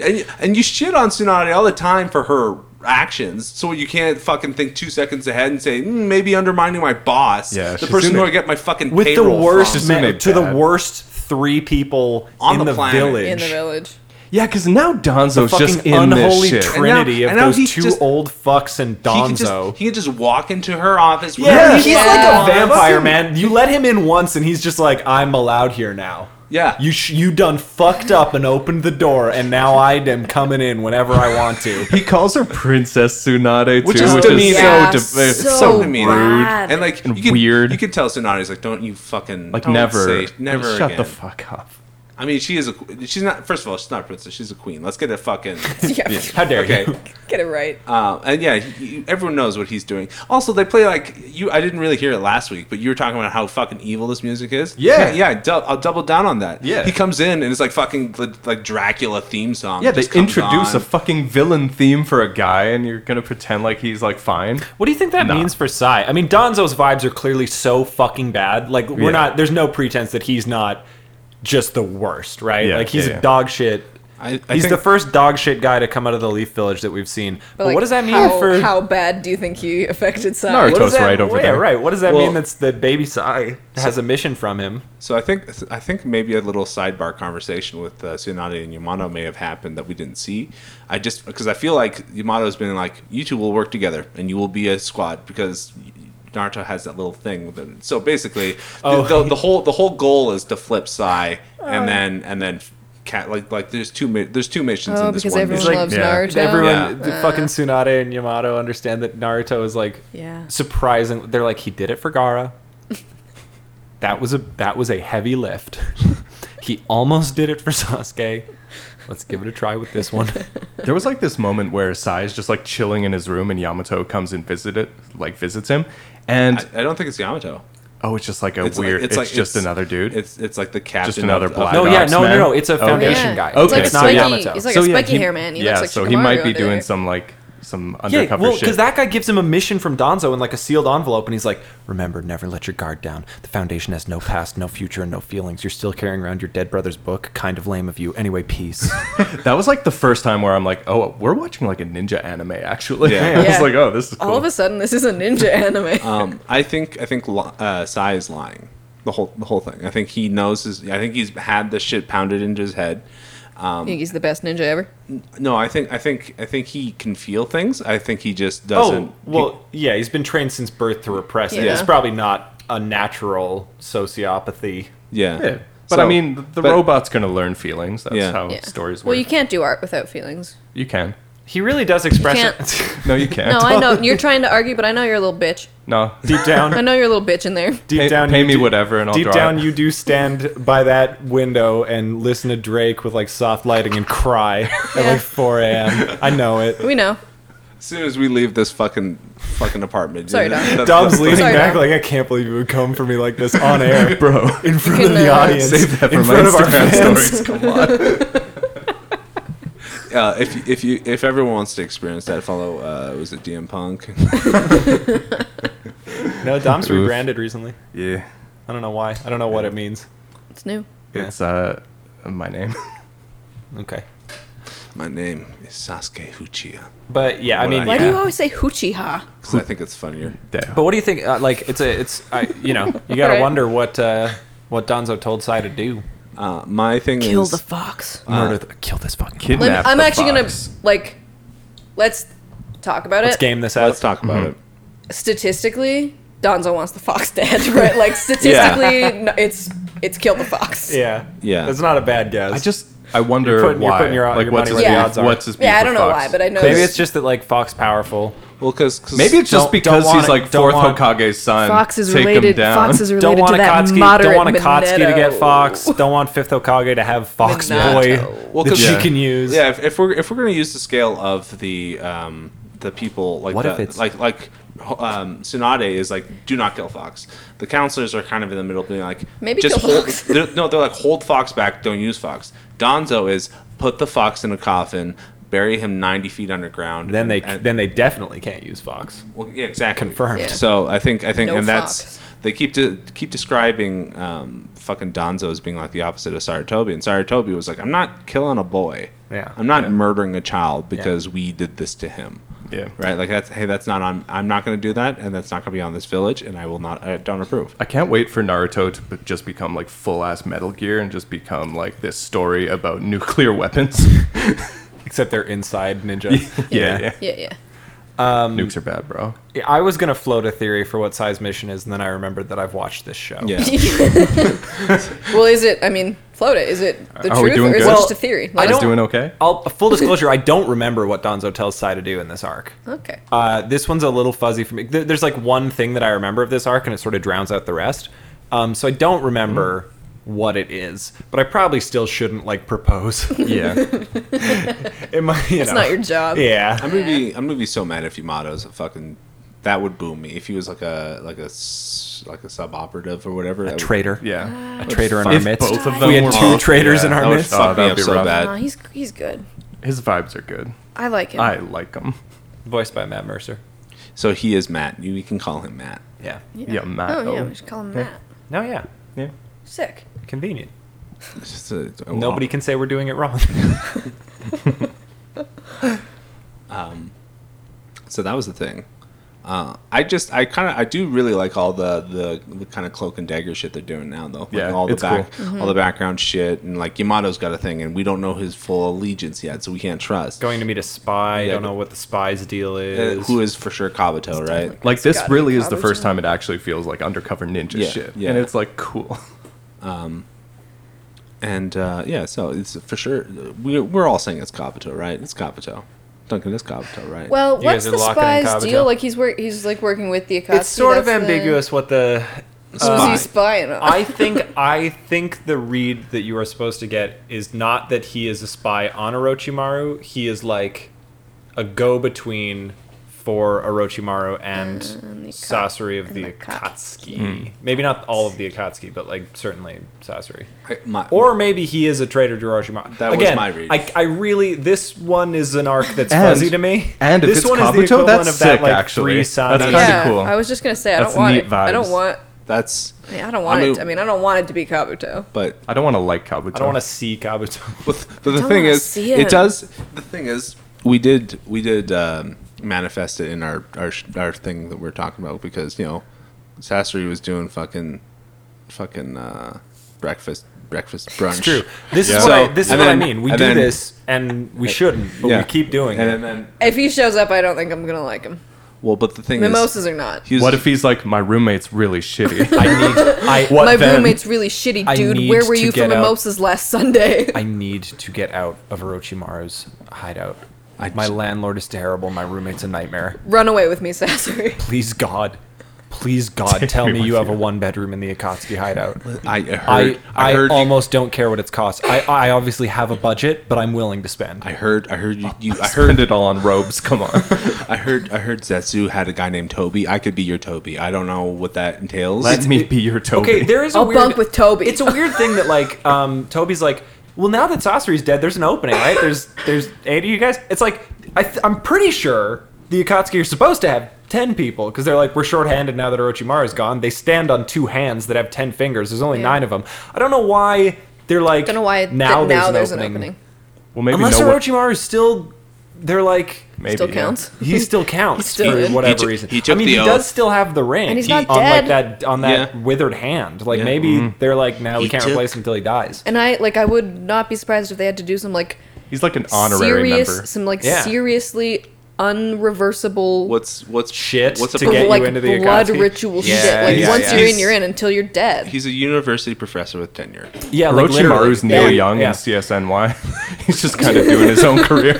S1: And, and you shit on Tsunade all the time for her actions, so you can't fucking think two seconds ahead and say mm, maybe undermining my boss,
S3: Yeah,
S1: the person who
S3: Shizune-
S1: I get my fucking
S2: With the
S1: payroll
S2: worst
S1: from.
S3: Shizune
S2: man, to the
S3: bad.
S2: worst three people
S1: On
S2: in
S1: the
S2: the,
S1: planet.
S2: village.
S4: in the village.
S3: yeah, because now Donzo's
S2: fucking
S3: just in
S2: unholy
S3: this shit.
S1: And
S2: trinity
S1: now- and now
S2: of those
S1: he's
S2: two
S1: just-
S2: old fucks and
S1: He could,
S2: Donzo.
S1: just, he could just walk into her office. with
S2: yeah,
S1: her-
S2: he's
S4: Yeah.
S2: like a vampire,
S1: Fucking-
S2: man. You let him in once, and he's just like, "I'm allowed here now."
S1: Yeah.
S2: you sh- you done fucked up and opened the door, and now I am coming in whenever I want to.
S3: He calls her Princess Tsunade too,
S1: Which
S3: which
S1: is
S3: is,
S1: demeaning.
S4: Yeah,
S3: so, de- it's
S1: so
S3: so
S1: demeaning.
S3: rude.
S5: Rad.
S1: and like
S3: And
S1: you can,
S3: weird.
S1: You could tell Tsunade's like, don't you fucking
S3: Like
S1: don't
S3: never,
S1: say- never
S3: Shut the
S1: again."
S3: fuck up.
S1: I mean, she is a qu- she's not. First of all, she's not a princess. She's a queen. Let's get a
S3: *laughs*
S1: fucking
S4: *laughs* Yeah.
S2: How dare
S1: okay.
S2: you?
S4: Get it right.
S1: Um, and yeah, he, he- everyone knows what he's doing. Also, they play like you. I didn't really hear it last week, but you were talking about how fucking evil this music is.
S3: Yeah.
S1: yeah. I dou- I'll double down on that.
S3: Yeah.
S1: he comes in and it's like fucking the- like Dracula theme song.
S3: Yeah, they
S1: just comes
S3: introduce
S1: on.
S3: a fucking villain theme for a guy, and you're gonna pretend like he's like fine.
S2: What do you think that means for Psy? I mean, Donzo's vibes are clearly so fucking bad. Like, we're
S3: Yeah.
S2: not. There's no pretense that he's not just the worst, right?
S3: Yeah,
S2: like, he's
S3: yeah, yeah.
S2: a dog shit.
S1: I- I
S2: he's the
S1: think-
S2: first dog shit guy to come out of the Leaf Village that we've seen. But,
S4: like,
S2: what does that mean
S4: how,
S2: for
S4: how bad do you think he affected Sai?
S3: Naruto.
S2: What does
S3: Toast right over
S2: yeah,
S3: there.
S2: right. What does that
S1: Well-
S2: mean? That's that baby Psy has a mission from him.
S1: So I think I think maybe a little sidebar conversation with uh, Tsunade and Yamato may have happened that we didn't see. I just because I feel like Yamato's been like, you two will work together and you will be a squad because Naruto has that little thing with it. So basically,
S2: Oh.
S1: the, the, the whole the whole goal is to flip Sai
S4: Oh.
S1: and then and then cat like like there's two mi- there's two missions
S4: Oh,
S1: in this
S4: because
S1: one.
S4: everyone
S1: mission.
S4: loves
S3: Yeah.
S4: Naruto.
S2: Everyone,
S1: Yeah.
S2: the fucking Tsunade and Yamato understand that Naruto is like
S4: Yeah.
S2: surprising. They're like, he did it for
S4: *laughs*
S2: Gara. that was a that was a heavy lift. he almost did it for Sasuke. Let's give it a try with
S3: *laughs*
S2: this one.
S3: There was like this moment where Sai is just like chilling in his room, and Yamato comes and visit it, like visits him, and
S1: I, I don't think it's Yamato.
S3: oh, it's just like a
S1: It's like-
S3: weird.
S1: it's
S3: it's,
S1: like-
S3: just
S1: it's-
S3: another dude.
S1: It's it's like the captain. of-
S3: another
S1: of-
S3: black
S2: no, yeah,
S3: Docs
S2: no, no,
S3: man?
S2: no. It's a
S3: Okay.
S2: foundation guy.
S4: It's like
S3: Okay,
S4: a
S3: so
S4: spiky,
S2: Yamato.
S4: He's like
S3: So,
S4: a
S3: yeah,
S4: spiky
S3: he-
S4: hair man. He
S3: yeah,
S4: looks
S3: so
S4: like
S3: he might
S4: Shikamaru
S3: be
S4: over
S3: doing
S4: there.
S3: some like some
S2: Yeah,
S3: undercover
S2: well,
S3: shit.
S2: because that guy gives him a mission from Donzo and like a sealed envelope, and he's like, "Remember, never let your guard down. The Foundation has no past, no future, and no feelings. You're still carrying around your dead brother's book. Kind of lame of you. Anyway,
S3: *laughs*
S2: peace."
S3: That was like the first time where I'm like, oh, we're watching like a ninja anime actually.
S1: Yeah.
S3: *laughs* I was
S4: Yeah.
S3: like, oh, this is cool.
S4: All of a sudden, this is a ninja *laughs* anime.
S1: Um, I think I think li- uh, Sai is lying. The whole the whole thing. I think he knows his. I think he's had this shit pounded into his head.
S4: you think he's the best ninja ever?
S1: No, I think I think I think he can feel things. I think he just doesn't.
S2: Oh, well, yeah, he's been trained since birth to repress it.
S4: Yeah.
S2: It's probably not a natural sociopathy.
S1: he- yeah.
S3: Yeah. But
S1: So-
S3: I mean, the, the
S1: but-
S3: robot's gonna learn feelings. That's
S1: Yeah.
S3: how
S4: Yeah.
S3: stories work.
S4: Well, you can't do art without feelings.
S3: You can.
S2: He really does express
S4: can't-
S2: it *laughs*
S3: No,
S4: *laughs*
S3: you can't.
S4: No, I know you're trying to argue, but I know you're a little bitch.
S3: No.
S1: *laughs*
S2: deep
S4: *laughs* I
S2: down.
S4: know you're a little bitch in there.
S2: Deep
S3: Pay-
S2: down,
S3: pay
S2: you
S3: me
S2: do-
S3: whatever and I'll
S2: Deep
S3: draw
S2: down,
S3: it.
S2: you do stand by that window and listen to Drake with like soft lighting and cry at
S4: Yeah.
S2: like 4 a.m. I know it.
S4: We know.
S1: As soon as we leave this fucking fucking apartment,
S4: Sorry,
S1: that-
S4: Dom.
S1: that-
S2: Dom's
S1: that's-
S2: leaning
S4: Sorry,
S2: back
S4: Dom.
S2: like I can't believe you would come for me like this on
S3: *laughs*
S2: air,
S3: Bro.
S2: in front of
S4: Can,
S2: the
S4: uh,
S2: audience,
S3: Save that for
S2: in
S3: *laughs*
S2: *laughs*
S3: my
S2: front of our
S3: Instagram
S2: fans.
S3: stories. Come on.
S1: *laughs* uh, if if you if everyone wants to experience that, follow uh, was it DM Punk? *laughs*
S2: No, Dom's
S3: Oof.
S2: rebranded recently.
S3: Yeah.
S2: I don't know why. I don't know what it means.
S4: It's new.
S3: It's uh my name. *laughs*
S2: Okay.
S1: My name is Sasuke Uchiha.
S2: But yeah, I
S1: What
S2: mean,
S1: I-
S4: Why do
S2: yeah.
S4: you always say hoochie ha?
S1: 'cause I think it's funnier.
S3: Damn.
S2: But what do you think? Uh, like, it's a, it's, I, you know, you gotta
S4: Right.
S2: wonder what, uh, what Donzo told Sai to do.
S1: Uh, my thing
S4: Kill
S1: is
S4: the fox.
S2: Murder,
S3: Uh,
S2: the, kill this fucking kid.
S4: Let me,
S3: Kidnap
S4: I'm
S3: the
S4: actually
S3: fox.
S4: gonna like. Let's talk about
S2: Let's
S4: it.
S2: game this out.
S1: let's talk about it.
S4: Statistically, Donzo wants the fox dead, *laughs* right? Like statistically, no, it's it's kill the fox.
S2: Yeah,
S1: Yeah.
S2: It's not a bad guess.
S3: I just I wonder
S2: You're putting- you're
S3: why.
S2: putting your-
S3: like
S2: your
S3: what's
S2: money
S3: his
S4: where your
S3: beef-
S4: odds
S2: are.
S3: what's his beef
S4: Yeah, I
S3: with
S4: don't know
S3: Fox?
S4: why, but I know
S2: maybe it's just that like Fox powerful.
S1: Well, because
S3: Maybe it's just
S2: Don't-
S3: because
S2: don't
S3: he's
S2: want-
S3: like
S2: don't
S3: fourth
S2: want-
S3: Hokage's son.
S4: Fox is
S3: Take
S4: related.
S3: Him down.
S4: Fox is
S2: Don't
S4: related
S2: want
S4: to
S2: a
S4: that
S2: Kotsky.
S4: moderate
S2: Don't want a Kotsky to get
S4: Minato.
S2: Fox. Don't want Fifth Okage to have Fox boy
S4: Minato.
S1: Well,
S2: that
S1: 'cause-
S2: she
S1: Yeah.
S2: can use.
S1: Yeah, if, if we're if we're gonna use the scale of the um, the people like
S2: What
S1: the-
S2: if it's-
S1: like like um, Tsunade is like do not kill Fox. The counselors are kind of in the middle, being like
S4: Maybe
S1: just
S4: kill
S1: hold,
S4: Fox.
S1: They're, no, they're like hold Fox back, don't use Fox. Donzo is put the Fox in a coffin, bury him ninety feet underground.
S2: Then they
S1: and-
S2: then they definitely can't use Fox.
S1: well, yeah, exactly
S2: Confirmed.
S4: Yeah.
S1: So I think I think
S4: No
S1: and
S4: Fox.
S1: that's they keep de- keep describing um, fucking Donzo as being like the opposite of Saratobi, and Saratobi was like, I'm not killing a boy.
S2: Yeah.
S1: I'm not murdering a child because we did this to him.
S3: Yeah.
S1: Right, like that's hey, that's not on. I'm not going to do that, and that's not going to be on this village, and I will not. I don't approve.
S3: I can't wait for Naruto to b- just become like full ass Metal Gear and just become like this story about *laughs* nuclear
S4: *laughs*
S3: weapons.
S2: *laughs* Except they're inside ninja.
S3: yeah, yeah.
S4: Yeah, yeah.
S3: Nukes are bad, bro.
S2: Yeah, I was gonna float a theory for what size mission is, and then I remembered that I've watched this show.
S4: *laughs*
S1: Yeah,
S4: well, is it? I mean, float it. Is it the
S3: Are we
S4: truth
S3: doing
S4: or is
S3: good?
S4: it just a theory?
S2: I
S4: Like,
S2: don't-
S3: Doing okay?
S2: I'll, full disclosure, I don't remember what Donzo tells Sai to do in this arc.
S4: Okay.
S2: Uh, this one's a little fuzzy for me. There- There's like one thing that I remember of this arc, and it sort of drowns out the rest. Um, so I don't remember
S3: Mm-hmm.
S2: what it is, but I probably still shouldn't like propose.
S3: *laughs* Yeah.
S2: *laughs* it might, you
S4: It's
S2: know.
S4: not your job.
S2: Yeah.
S1: I'm gonna be. I'm gonna be so mad if Yamato's a fucking. That would boom me if he was like a like a s- like a sub operative or whatever. that would-
S2: Traitor.
S3: yeah.
S4: Uh,
S2: A traitor in our
S3: If
S2: midst.
S3: both of
S2: we
S3: them
S2: had
S3: were-
S2: two
S3: Oh,
S2: traitors
S3: yeah,
S2: in
S3: that
S2: our
S3: would
S2: midst.
S3: suck.
S1: Fuck me
S3: that'd
S1: up
S3: be
S1: so
S3: rough.
S4: No,
S1: bad.
S4: he's he's good.
S3: His vibes are good.
S4: I like him.
S3: I like him.
S2: Voiced by Matt Mercer.
S1: So he is Matt. You we can call him Matt. *laughs*
S2: Yeah.
S3: Yeah, Matt.
S4: oh yeah, we should call him Matt.
S2: No, yeah.
S3: Yeah.
S4: Sick.
S2: Convenient.
S1: It's just a- it's a-
S2: Nobody can say we're doing it wrong. *laughs*
S1: So that was the thing. Uh, I just, I kind of, I do really like all the the, the kind of cloak and dagger shit they're doing now, though. Like
S3: Yeah,
S1: all the
S3: it's cool.
S1: back, all the background shit, and like Yamato's got a thing, and we don't know his full allegiance yet, so we can't trust
S2: Going to meet a spy.
S1: Yeah,
S2: don't
S1: but-
S2: know what the spy's deal
S1: Uh,
S2: is.
S1: who is for sure Kabuto,
S2: Oh
S1: right?
S3: Like
S4: It's
S3: this
S4: gotta be
S3: really is the
S4: Kabuto.
S3: first time it actually feels like undercover ninja
S1: Yeah,
S3: shit.
S1: yeah.
S3: And it's like cool. *laughs*
S1: And uh, yeah, so it's for sure. We're, we're all saying it's Kabuto, right? It's Kabuto. Duncan is Kabuto, right?
S4: Well,
S2: You
S4: what's
S2: guys are
S4: the
S2: locking in
S4: spy's
S2: Kabuto.
S4: deal? Like he's work he's like working with the Akatsuki.
S2: it's sort of
S4: that's the-
S2: ambiguous what the uh,
S4: Who's
S1: Spy.
S4: he spying on?
S2: I think I think the read that you are supposed to get is not that he is a spy on Orochimaru. He is like a go-between for Orochimaru and,
S4: And the Aka-
S2: Sasori of
S4: and
S2: the
S4: the Aka-
S2: Akatsuki.
S1: Hmm.
S2: Maybe not all of the Akatsuki, but like certainly Sasori.
S1: I- my-
S2: Or maybe he is a traitor to Orochimaru.
S1: That was
S2: Again,
S1: my read.
S2: I, I really this one is an arc that's
S3: And-
S2: fuzzy to me.
S3: and if
S2: this
S3: it's Kabuto, that's sick, actually.
S2: three
S3: *laughs*
S2: Sasori-
S3: That's kinda
S4: yeah,
S3: cool.
S4: I was just gonna say I
S3: That's
S4: don't want
S3: neat
S4: it. I
S3: vibes.
S4: don't want.
S1: that's.
S4: I mean, I don't want
S1: I mean-
S4: it. I mean, I don't want it to be Kabuto.
S1: But
S3: I don't want to like Kabuto.
S2: I don't want to see
S1: *laughs*
S2: Kabuto.
S1: But th- but the
S4: don't
S1: thing
S4: wanna
S1: is,
S4: see
S1: it
S4: it.
S1: does. The thing is, we did we did um, manifest it in our our sh- our thing that we're talking about because you know, Sasori was doing fucking, fucking uh, breakfast breakfast brunch. *laughs*
S2: It's true. This
S1: Yeah.
S2: is what, I,
S1: So-
S2: this is
S1: and
S2: what I
S1: then-
S2: mean. We do
S1: and then-
S2: this, and we shouldn't, but
S1: yeah.
S2: we keep doing it.
S1: And then
S4: If he shows up, I don't think I'm gonna like him.
S1: well, but the thing
S4: Mimosas
S1: is,
S4: are not.
S1: he was-
S3: What if he's like, my roommate's really shitty?
S2: *laughs* I need, I,
S3: What
S4: My
S3: then?
S4: roommate's really shitty,
S2: I
S4: dude.
S2: need
S4: Where were
S2: to
S4: you for
S2: get out.
S4: mimosas last Sunday?
S2: I need to get out of Orochimaru's hideout.
S1: I
S2: My
S1: j-
S2: landlord is terrible. My roommate's a nightmare.
S4: *laughs* Run away with me, Sasori.
S2: Please God, please God,
S3: Take
S2: tell
S3: me
S2: me you
S3: with
S2: have a
S3: you.
S2: one bedroom in the Akatsuki hideout.
S1: I heard
S2: I
S1: I,
S2: I,
S1: heard you-
S2: almost don't care what it's cost. I I obviously have a budget, but I'm willing to spend.
S1: I heard I heard you, you I
S3: Turned
S1: heard
S3: it all on robes.
S2: *laughs*
S3: Come on.
S1: I heard I heard Zetsu had a guy named Toby. I could be your Toby. I don't know what that entails.
S3: Let me be your Toby.
S2: Okay, there is a
S4: I'll
S2: weird,
S4: bunk with Toby.
S2: It's a weird thing that like um, Toby's like well, now that Sasori's dead, there's an opening, right? There's there's eight of you guys. It's like I th- I'm pretty sure the Akatsuki are supposed to have ten people because they're like we're shorthanded now that Orochimaru's gone. They stand on two hands that have ten fingers. There's only
S4: Yeah.
S2: nine of them. I don't know why they're like.
S4: Don't know why
S2: now
S4: that
S2: there's,
S4: now
S2: an,
S4: there's
S2: opening.
S4: an opening.
S3: Well, maybe
S2: Unless
S3: no one.
S2: Orochimaru's still, they're like
S3: Maybe,
S4: Still
S3: yeah.
S4: counts. *laughs*
S2: he still counts
S4: He's still
S2: for
S4: in.
S2: whatever
S1: He took-
S2: reason.
S1: he took
S2: I mean,
S1: the
S2: he
S1: oath.
S2: does still have the ring.
S4: And he's
S1: He-
S4: not
S1: on,
S2: on like
S4: dead.
S2: that on that
S1: Yeah.
S2: withered hand. Like
S1: Yeah. Mm-hmm.
S2: maybe they're like now we
S1: He
S2: can't
S1: took-
S2: replace him until he dies.
S4: And I like I would not be surprised if they had to do some like
S3: He's like an honorary
S4: serious,
S3: member.
S4: some like
S2: Yeah.
S4: seriously unreversible
S1: What's what's
S2: Shit
S1: What's a
S2: to get you
S4: like
S2: into the
S4: blood
S2: Akatsuki?
S4: ritual
S1: Yeah,
S4: shit. Like
S1: yeah,
S4: once
S1: yeah.
S4: you're in,
S1: He's-
S4: you're in until you're dead.
S1: He's a university professor with tenure.
S2: Yeah, like literally.
S3: Orochimaru's Neil
S2: Yeah,
S3: Young
S2: yeah.
S3: in CSNY. *laughs* He's just kind of doing his own career.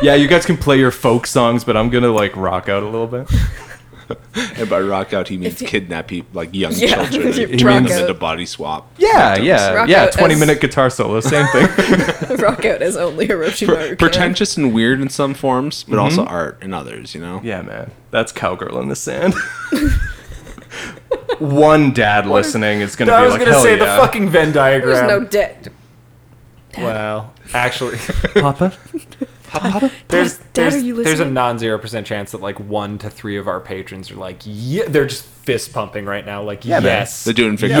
S3: *laughs* yeah, you guys can play your folk songs, but I'm gonna like rock out a little bit.
S1: And by rock out, he means kidnap people, like young
S4: Yeah.
S1: children, and
S4: Rock
S1: turn them
S4: out.
S1: into body swap.
S3: Yeah,
S1: victims.
S3: yeah,
S4: Rock
S3: yeah.
S4: out
S3: Twenty
S4: as-
S3: minute guitar solo, same thing.
S4: *laughs* Rock out as only Orochimaru
S1: Pre-
S4: can.
S1: pretentious and weird in some forms, but
S3: Mm-hmm.
S1: also art in others. You know.
S3: yeah, man, that's cowgirl in the sand. *laughs* One dad listening is gonna
S2: I
S3: be
S2: was
S3: like,
S2: gonna
S3: hell
S2: say
S3: yeah.
S2: the fucking Venn
S4: There's
S2: diagram.
S4: no dead.
S2: well, *laughs* actually,
S3: Papa.
S2: there's
S4: Dad,
S2: there's,
S4: are you
S2: there's a
S4: listening?
S2: non zero percent chance that like one to three of our patrons are like yeah, they're just fist pumping right now. Like
S3: man.
S2: yes,
S1: They're doing figure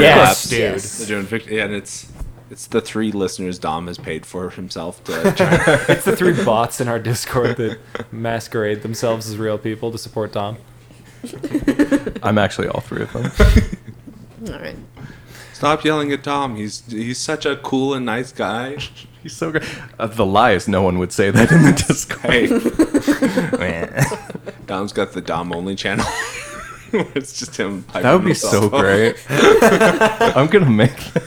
S1: yes,
S2: yes, dude.
S4: Yes.
S1: They're doing figure, yeah, and it's it's the three listeners Dom has paid for himself to
S3: *laughs*
S1: try. *laughs*
S2: It's the three bots in our Discord that masquerade themselves as real people to support Dom.
S3: I'm actually all three of them. *laughs*
S4: All right.
S1: Stop yelling at Dom. He's he's such a cool and nice guy.
S3: He's so great. Uh, the lies, no one would say that in the Discord. *laughs*
S4: *laughs*
S1: Hey, Dom's got the Dom only channel. *laughs* it's just him.
S3: that would be so
S4: *laughs*
S3: great. I'm gonna make that.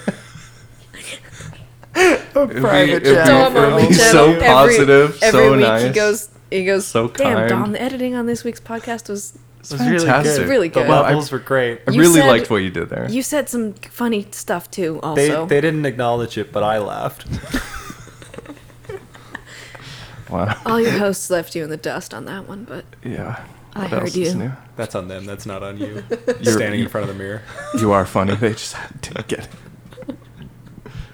S2: Private
S3: it'd be-
S4: Dom
S3: it'd
S4: only
S3: be so
S4: channel.
S3: positive,
S4: every,
S3: so
S4: every
S3: nice.
S4: Week he goes. He goes.
S3: So
S4: Damn,
S3: kind."
S4: Dom. The editing on this week's podcast was.
S3: It's
S2: was really good.
S4: It's really
S2: The
S4: good.
S3: Well, I-
S2: levels were
S4: *laughs*
S2: great.
S3: I
S4: You
S3: really
S4: said-
S3: liked what you did there.
S4: You said some funny stuff too.
S2: They,
S4: Also,
S2: they didn't acknowledge it, but I laughed.
S3: wow.
S4: all your hosts left you in the dust on that one, but
S3: Yeah.
S4: I
S3: What
S4: heard
S3: else is
S4: you.
S3: new?
S2: That's on them. That's not on
S4: *laughs*
S2: you.
S3: You're-
S2: Standing in front of the mirror. *laughs*
S3: You are funny. They just *laughs* didn't get it.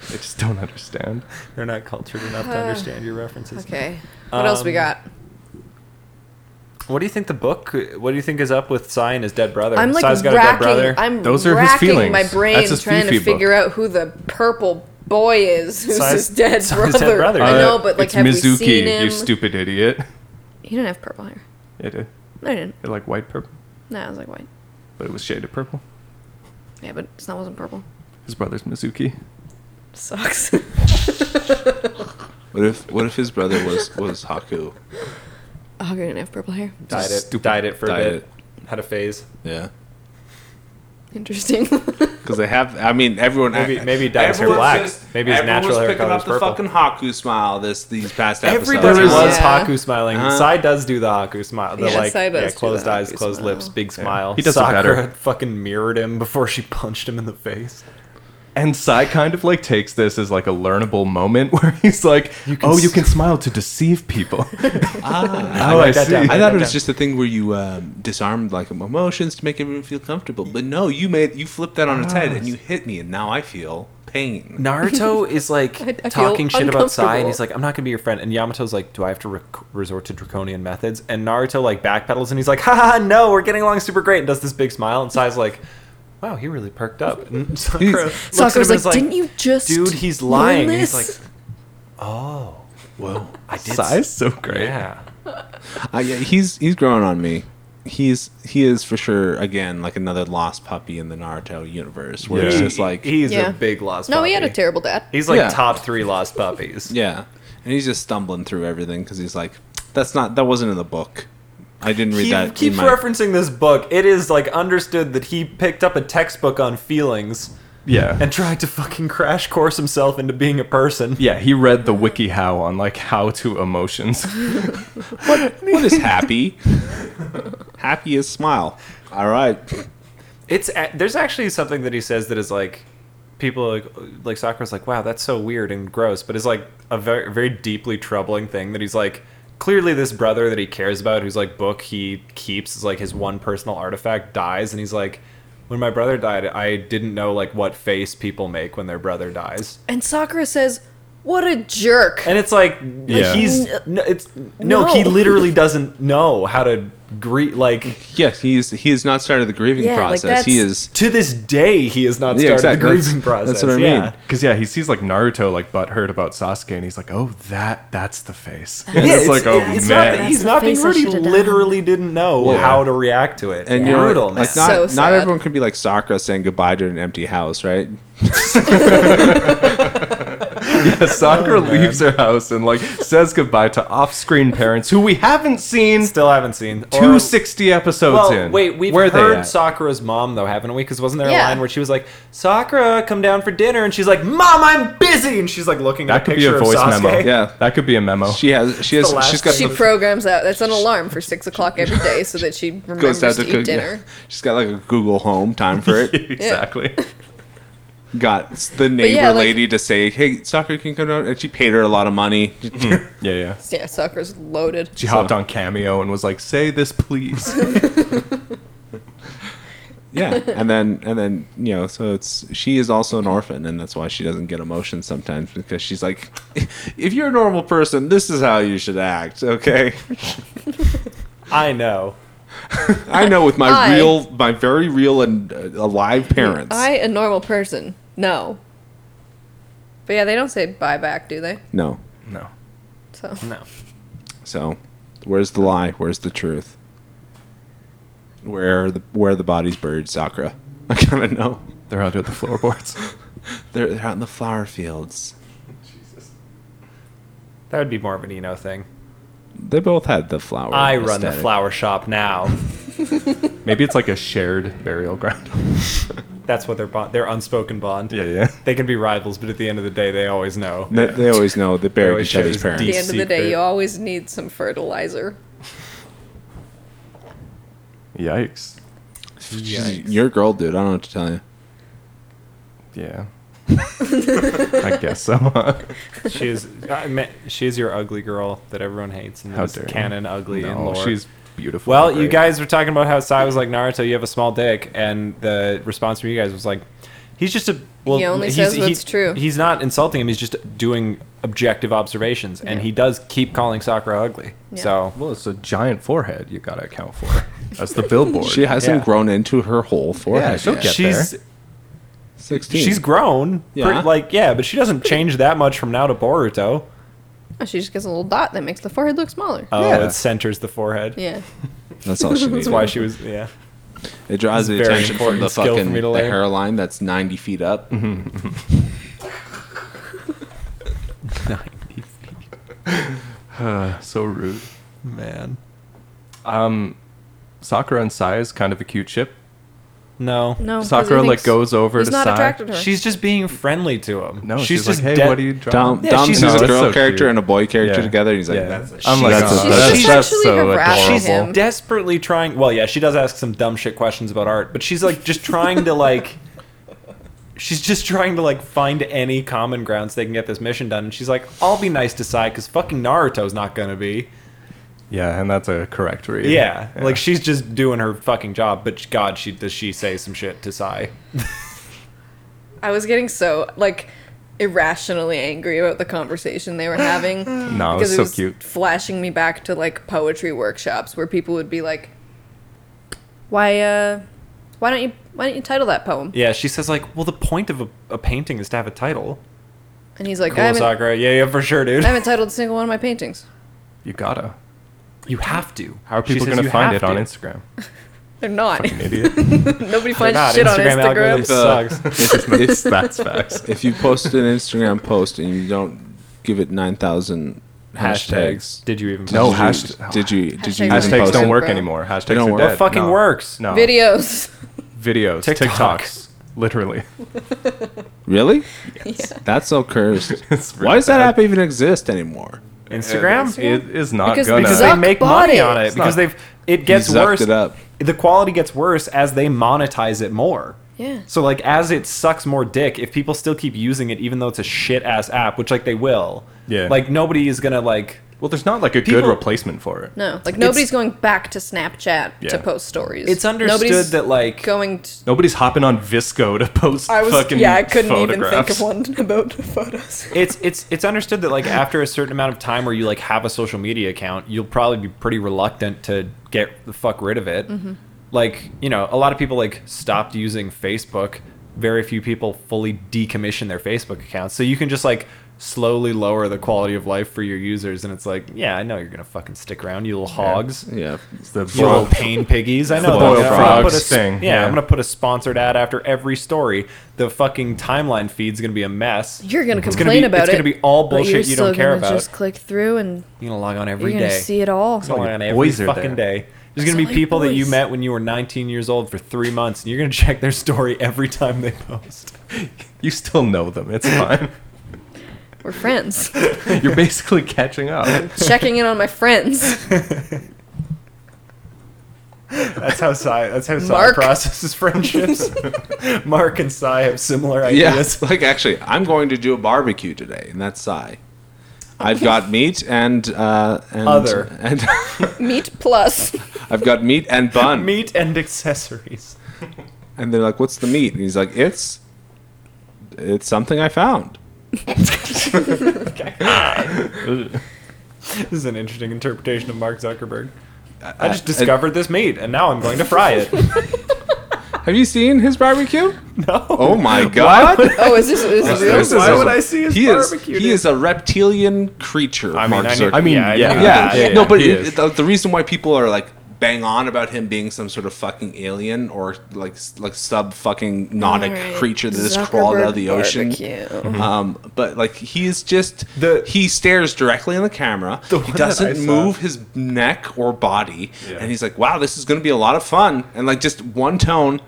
S3: They just don't understand.
S2: They're not cultured enough to understand your references.
S4: Uh, okay. What else we
S2: Um,
S4: got?
S2: What do you think the book? What do you think is up with Sai and his dead brother?
S4: I'm like
S2: Sai's got a dead brother.
S4: racking. I'm
S3: Those
S4: Those
S3: are
S4: are
S3: his
S4: racking
S3: feelings.
S4: my brain
S3: That's his
S4: trying
S3: Fifi
S4: to
S3: book.
S4: figure out who the purple boy is who's
S2: Sai's-
S4: his dead
S2: Sai's
S4: brother.
S2: dead brother.
S4: I
S2: Uh,
S4: know, but like,
S3: it's
S4: have
S3: Mizuki,
S4: we seen him?
S3: you stupid idiot.
S4: he didn't have purple hair.
S3: It did.
S4: No, he didn't.
S3: It like white purple,
S4: No, it was like white.
S3: but it was shaded purple.
S4: Yeah, but it's not wasn't purple.
S3: His brother's Mizuki.
S4: Sucks. *laughs* Oh,
S1: What if what if his brother was was Haku?
S4: Hawker didn't have purple hair.
S2: Dyed it.
S3: Stupid.
S2: Dyed it for
S1: Dyed
S2: a bit.
S1: it.
S2: Had a phase.
S1: Yeah.
S4: Interesting. *laughs*
S1: Because they have, I mean, everyone.
S2: Maybe- maybe he dyes hair black. Maybe his
S1: everyone's
S2: natural hair
S1: picking
S2: color's
S1: up the
S2: purple.
S1: fucking Haku smile this these past episodes.
S2: Everybody
S4: There
S2: was
S4: is- Yeah.
S2: Haku smiling.
S1: Uh-huh.
S2: Sai does do the Haku smile. The
S4: Yeah,
S2: like
S4: Sai does
S2: yeah,
S4: do
S2: closed
S4: the
S2: eyes,
S4: Haku
S2: closed
S4: smile.
S2: lips, big smile.
S3: He does it
S2: Sakura
S3: better.
S2: fucking mirrored him before she punched him in the face.
S3: And Sai kind of like takes this as like a learnable moment *laughs* where he's like, "Oh, you can smile to deceive people."
S1: Ah.
S2: *laughs*
S3: oh, I
S2: write that
S3: see.
S2: down.
S1: I thought it was
S2: Yeah.
S1: just a thing where you um, disarmed like emotions to make everyone feel comfortable, but no, you made you flipped that on its head and you hit me, and now I feel pain.
S4: *laughs*
S2: Naruto is like
S4: I- I feel
S2: talking shit about Sai, and he's
S4: uncomfortable.
S2: like, "I'm not gonna be your friend." And Yamato's like, "Do I have to rec- resort to draconian methods?" And Naruto like backpedals, and he's like, "Ha ha, ha, no, we're getting along super great," and does this big smile, and Sai's
S4: *laughs*
S2: like. Wow, he really perked up. And Sakura
S1: He's-
S2: looks at
S4: Sakura's
S2: him and is
S4: like, "Didn't you just
S2: dude? He's
S4: learn
S2: lying." And he's
S4: this?"
S2: like, "Oh,
S1: Well,
S2: I did."
S3: Sai's so great.
S2: Yeah,
S1: I, Uh, yeah, he's he's growing on me. He's he is for sure again like another lost puppy in the Naruto universe, where it's
S3: Yeah.
S1: just like
S2: he's
S4: Yeah.
S2: a big lost.
S4: no, he had a
S2: puppy.
S4: terrible dad.
S2: He's like
S1: Yeah.
S2: top three lost
S1: *laughs*
S2: puppies.
S1: yeah, and he's just stumbling through everything because he's like, that's not that wasn't in the book. I didn't read
S2: He
S1: that. in
S2: keeps
S1: my-
S2: referencing this book. It is like understood that he picked up a textbook on feelings
S3: Yeah.
S2: and tried to fucking crash course himself into being a person.
S3: yeah, he read the wiki how on like how to emotions. *laughs*
S1: What
S2: *laughs*
S1: is happy? happy is smile. All right.
S2: It's a- there's actually something that he says that is like people are like like Sakura's like wow that's so weird and gross, but it's like a very very deeply troubling thing that he's like clearly this brother that he cares about whose like book he keeps is like his one personal artifact dies and he's like when my brother died, I didn't know like what face people make when their brother dies,
S4: And Sakura says, "What a jerk!"
S2: and it's like
S3: Yeah.
S2: he's no, it's no, he
S4: No.
S2: literally doesn't know how to greet. Like
S1: Yes, he's he has not started the grieving
S4: Yeah, like,
S1: process. he
S4: that's-
S1: is
S2: to this day, he has not started
S1: Yeah, exactly.
S2: the
S1: That's-
S2: grieving process.
S1: that's what I mean.
S2: yeah.
S3: Because yeah, he sees like Naruto like butthurt about Sasuke, and he's like, "Oh, that that's the face." And
S2: Yeah,
S3: it's, like, "Oh
S2: it's not
S3: man."
S2: that
S5: That's
S2: he's
S5: the
S2: not being
S5: face I
S2: rude. He
S5: should've done.
S2: literally didn't know
S3: Yeah.
S2: how to react to it.
S1: and you're
S2: brutal, man.
S1: like not
S4: So
S1: not
S4: sad.
S1: everyone can be like Sakura saying goodbye to an empty house, right?
S3: yeah,
S2: Oh,
S3: Sakura leaves her house and like says goodbye to off-screen parents who we haven't seen
S2: Still haven't seen
S3: two
S2: Or-
S3: sixty episodes
S2: Well,
S3: in.
S2: wait, we've
S3: Where are
S2: heard
S3: they at?
S2: Sakura's mom though, haven't we? Because wasn't there
S4: Yeah.
S2: a line where she was like, "Sakura, come down for dinner," and she's like, "Mom, I'm busy," and she's like looking at
S3: That
S2: a
S3: could be
S2: picture
S3: a voice
S2: of Sasuke.
S3: memo.
S1: Yeah.
S3: *laughs* that could be a memo.
S1: She has she has
S2: the last
S1: she's got
S4: she
S1: the-
S4: programs out. That's an alarm for six o'clock every day, so that she *laughs*
S1: goes
S4: remembers to,
S1: out to
S4: eat
S1: cook yeah.
S4: dinner.
S1: *laughs* She's got like a Google Home time for
S2: *laughs*
S1: it.
S3: exactly.
S1: got the neighbor
S4: yeah, like-
S1: lady to say, "Hey, Sakura can come down," and she paid her a lot of money.
S3: Yeah, yeah.
S4: Yeah, Sakura's loaded.
S3: She hopped on Cameo and was like, "Say this, please."
S2: *laughs*
S1: yeah, *laughs* and then and then you know, so it's she is also an orphan, and that's why she doesn't get emotions sometimes because she's like, *laughs* "If you're a normal person, this is how you should act."
S2: *laughs*
S1: Okay,
S2: I know.
S1: I know with my
S4: I-
S1: real, my very real and uh, alive parents.
S4: I, a normal person, no. But yeah, they don't say bye back, do they?
S1: no,
S3: no.
S4: So
S2: No.
S1: so where's the lie? Where's the truth? Where are the where are the bodies buried, Sakura? *laughs* I kind of know.
S3: They're out at the floorboards.
S1: They're, they're out in the flower fields.
S2: That would be more of an Eno thing.
S1: They both had the flower.
S2: I run the
S1: aesthetic.
S2: flower shop now.
S3: Maybe it's like a shared burial ground. *laughs*
S2: That's what their bond, their unspoken bond.
S3: yeah, yeah.
S2: They can be rivals, but at the end of the day, they always know.
S1: They, they always know they buried
S2: always
S1: each other's
S2: share
S1: parents.
S2: this
S4: at the end of the day,
S2: secret.
S4: you always need some fertilizer.
S3: Yikes.
S1: She's- You're a girl, dude. I don't know what to tell you.
S3: Yeah. *laughs* I guess so. *laughs* huh?
S2: She's I mean, she's your ugly girl that everyone hates and
S3: How
S2: is
S3: dare you.
S2: canon ugly and
S3: no,
S2: lore.
S3: she's beautiful.
S2: Well,
S3: and
S2: you
S3: great.
S2: guys were talking about how Sai was like Naruto. You have a small dick, and the response from you guys was like, "He's just a." Well,
S4: He only
S2: he's-
S4: says
S2: he-
S4: what's true.
S2: He's not insulting him. He's just doing objective observations, and
S4: Yeah.
S2: he does keep calling Sakura ugly.
S4: Yeah.
S2: So
S3: Well, it's a giant forehead you gotta account for. That's
S2: *laughs*
S3: the billboard.
S1: She hasn't
S2: Yeah.
S1: grown into her whole
S3: yeah,
S1: forehead.
S3: she'll
S1: yet.
S3: get
S2: she's
S3: there.
S1: sixteen.
S2: she's grown.
S1: Yeah.
S2: pretty- like yeah, but she doesn't change that much from now to Boruto.
S4: Oh, she just gets a little dot that makes the forehead look smaller.
S2: Oh,
S3: Yeah.
S2: it centers the forehead.
S4: yeah.
S1: *laughs* That's all she needs.
S2: That's why she was yeah.
S1: It draws the
S2: It's very
S1: attention from
S2: important
S1: the
S2: skill for
S1: fucking
S2: me to
S1: the
S2: learn.
S1: hairline that's ninety feet up.
S3: Uh, so rude.
S2: Man,
S3: Um, Sakura and Sai is kind of a cute ship.
S2: no.
S4: No. 'cause he
S3: Sakura like
S4: thinks
S3: goes over
S4: he's
S3: to
S4: not
S3: Sai.
S4: attracted to her.
S2: She's just being friendly to him.
S3: No, she's,
S2: she's, just
S3: like, hey,
S2: dead-
S3: what are you drawing?
S1: Dom,
S2: Yeah,
S1: Dom
S2: she's-
S1: sees
S2: No,
S1: a
S3: that's
S1: girl
S3: so
S1: character
S3: cute.
S1: and a boy character
S3: Yeah.
S1: together, and he's like,
S3: Yeah.
S1: "That's
S3: I'm like,
S1: that's,
S3: oh,
S1: that's,
S4: She's-
S1: that's,
S4: she's
S1: that's
S4: actually
S1: so
S4: harassing
S1: adorable."
S2: she's
S4: him.
S2: desperately trying well yeah she does ask some dumb shit questions about art but she's like just trying to like *laughs* she's just trying to like find any common ground so they can get this mission done and she's like i'll be nice to sai because fucking naruto's not gonna be
S3: Yeah, and that's a correct read.
S2: yeah, like she's just doing her fucking job but god she does she say some shit to sai
S4: I was getting so like irrationally angry about the
S2: *laughs*
S4: conversation they were having.
S3: No, it was
S4: because
S3: so cute.
S4: Flashing me back to like poetry workshops where people would be like, "Why, uh, why don't you, why don't you title that poem?"
S2: yeah she says like well the point of a, a painting is to have a title
S4: And he's like,
S2: cool
S4: I, haven't, I
S2: sakura yeah yeah for sure dude
S4: haven't titled a single one of my paintings.
S3: You gotta.
S2: you have to
S3: How are
S2: She
S3: people
S2: says,
S3: gonna
S2: "You
S3: find
S2: have
S3: it on
S2: to."
S3: *laughs* Instagram?
S4: They're not. *laughs*
S3: Fucking idiot. *laughs*
S4: Nobody
S2: They're
S4: finds
S2: not.
S4: shit
S2: Instagram
S4: on Instagram.
S2: algorithm
S1: Uh,
S2: sucks
S1: if, if,
S3: that's facts.
S1: if you post an Instagram post and you don't give it nine thousand *laughs* hashtags,
S2: did you even
S3: No,
S1: did you-
S3: hashtag-
S1: Did you? Did you?
S4: Hashtags
S1: even
S4: don't
S3: Hashtags
S1: post
S3: don't
S1: it?
S3: work
S4: bro.
S3: anymore. Hashtags
S1: don't
S3: are
S1: work.
S2: that
S3: dead.
S2: fucking
S3: No.
S2: works
S3: No.
S4: *laughs* Videos. *laughs*
S3: Videos.
S2: TikTok.
S3: TikToks. Literally.
S1: Really?
S4: yeah.
S1: That's so cursed.
S3: It's
S1: Why
S3: really
S1: does that
S3: bad.
S1: app even exist anymore?
S2: Instagram?
S3: It is not
S4: Because-
S3: gonna.
S2: because
S4: No.
S2: they
S4: Zuck
S2: make
S4: bought
S2: money
S4: it.
S2: on it.
S4: It's
S2: Because
S3: not-
S2: they've it gets
S1: zucked
S2: worse.
S1: it up.
S2: The quality gets worse as they monetize it more.
S4: Yeah.
S2: So like as it sucks more dick, if people still keep using it even though it's a shit ass app, which like they will.
S3: Yeah.
S2: Like nobody is gonna like
S3: Well, there's not like a good
S2: People-
S3: replacement for it.
S4: No, like nobody's going back to Snapchat
S3: Yeah.
S4: to post stories.
S2: It's understood
S4: Nobody's
S2: that like
S4: going. To,
S3: Nobody's hopping on Visco to post
S4: I was
S3: fucking
S4: yeah, I couldn't even
S3: photographs.
S4: think of one *laughs* about photos.
S2: it's it's it's understood that like after a certain amount of time where you like have a social media account, you'll probably be pretty reluctant to get the fuck rid of it. Like, you know, a lot of people like stopped using Facebook. Very few people fully decommission their Facebook accounts. So you can just like slowly lower the quality of life for your users and it's like, yeah, I know you're going to fucking stick around, you little hogs.
S1: Yeah.
S3: It's the
S2: You little
S3: boiled,
S2: pain piggies. I know.
S3: the boiled
S2: I'm gonna put
S3: frogs
S2: a,
S3: thing,
S2: Yeah,
S3: yeah.
S2: I'm gonna put a sponsored ad after every story. The fucking timeline feed's gonna be a mess.
S4: You're gonna
S2: It's
S4: complain
S2: be-
S4: about
S2: it's
S4: it.
S2: gonna be all
S4: but
S2: bullshit
S4: you're
S2: you don't
S4: still
S2: care
S4: gonna
S2: about.
S4: Just click through and
S2: You're gonna log on
S4: you're
S2: every
S4: gonna
S2: day.
S4: see it all.
S2: Log on every
S3: boys are
S2: fucking
S3: there.
S2: day. There's gonna
S4: It's
S2: be
S4: all
S2: people that you
S4: boys.
S2: met when you were 19 years old for three months, and you're gonna *laughs* check their story every time they post.
S3: *laughs* You still know them. It's fine. *laughs*
S2: *laughs*
S4: We're friends.
S3: You're basically catching up.
S4: Checking in on
S2: *laughs*
S4: my friends.
S2: That's how Sai. That's how Sai
S4: Mark.
S2: processes
S4: *laughs*
S2: friendships. Mark and Sai have similar
S1: Yeah.
S2: *laughs* ideas.
S1: It's like actually, I'm going to do a barbecue today, and that's Psy. I've got meat and uh, and
S2: Other.
S1: *laughs* and *laughs*
S4: Meet plus.
S1: I've got meat and bun.
S2: *laughs* Meat and *laughs* accessories.
S1: And they're like, "What's the meat?" And he's like, "It's it's something I found."
S2: This is an interesting interpretation of Mark Zuckerberg. I
S1: I-
S2: just discovered this meat, and now I'm going to fry it. *laughs*
S1: Have you seen his barbecue?
S2: no.
S1: Oh
S2: *laughs*
S1: my god!
S4: Oh, is this is this
S1: This
S4: real?
S1: is
S2: Why
S1: a-
S2: would I see his
S1: he
S2: barbecue,
S1: Is, he
S2: dude?
S1: is a reptilian creature.
S2: I mean,
S1: Mark
S2: I,
S1: Zuckerberg.
S2: need,
S3: I mean,
S2: yeah, I
S3: yeah.
S2: need to
S1: yeah,
S2: do that.
S1: no, but
S3: he
S1: it,
S3: is.
S1: the, the reason why people are like bang on about him being some sort of fucking alien or like s- like sub fucking nautic
S4: Alright.
S1: creature that just crawled out of the
S4: Zuckerberg
S1: ocean.
S4: barbecue.
S2: Mm-hmm.
S1: Um, but like he is just
S2: The-
S1: he stares directly in the camera.
S2: one
S1: he
S2: that I
S1: doesn't
S2: saw-
S1: move his neck or body,
S3: Yeah.
S1: and he's like, "Wow, this is going to be a lot of fun." And like just one tone.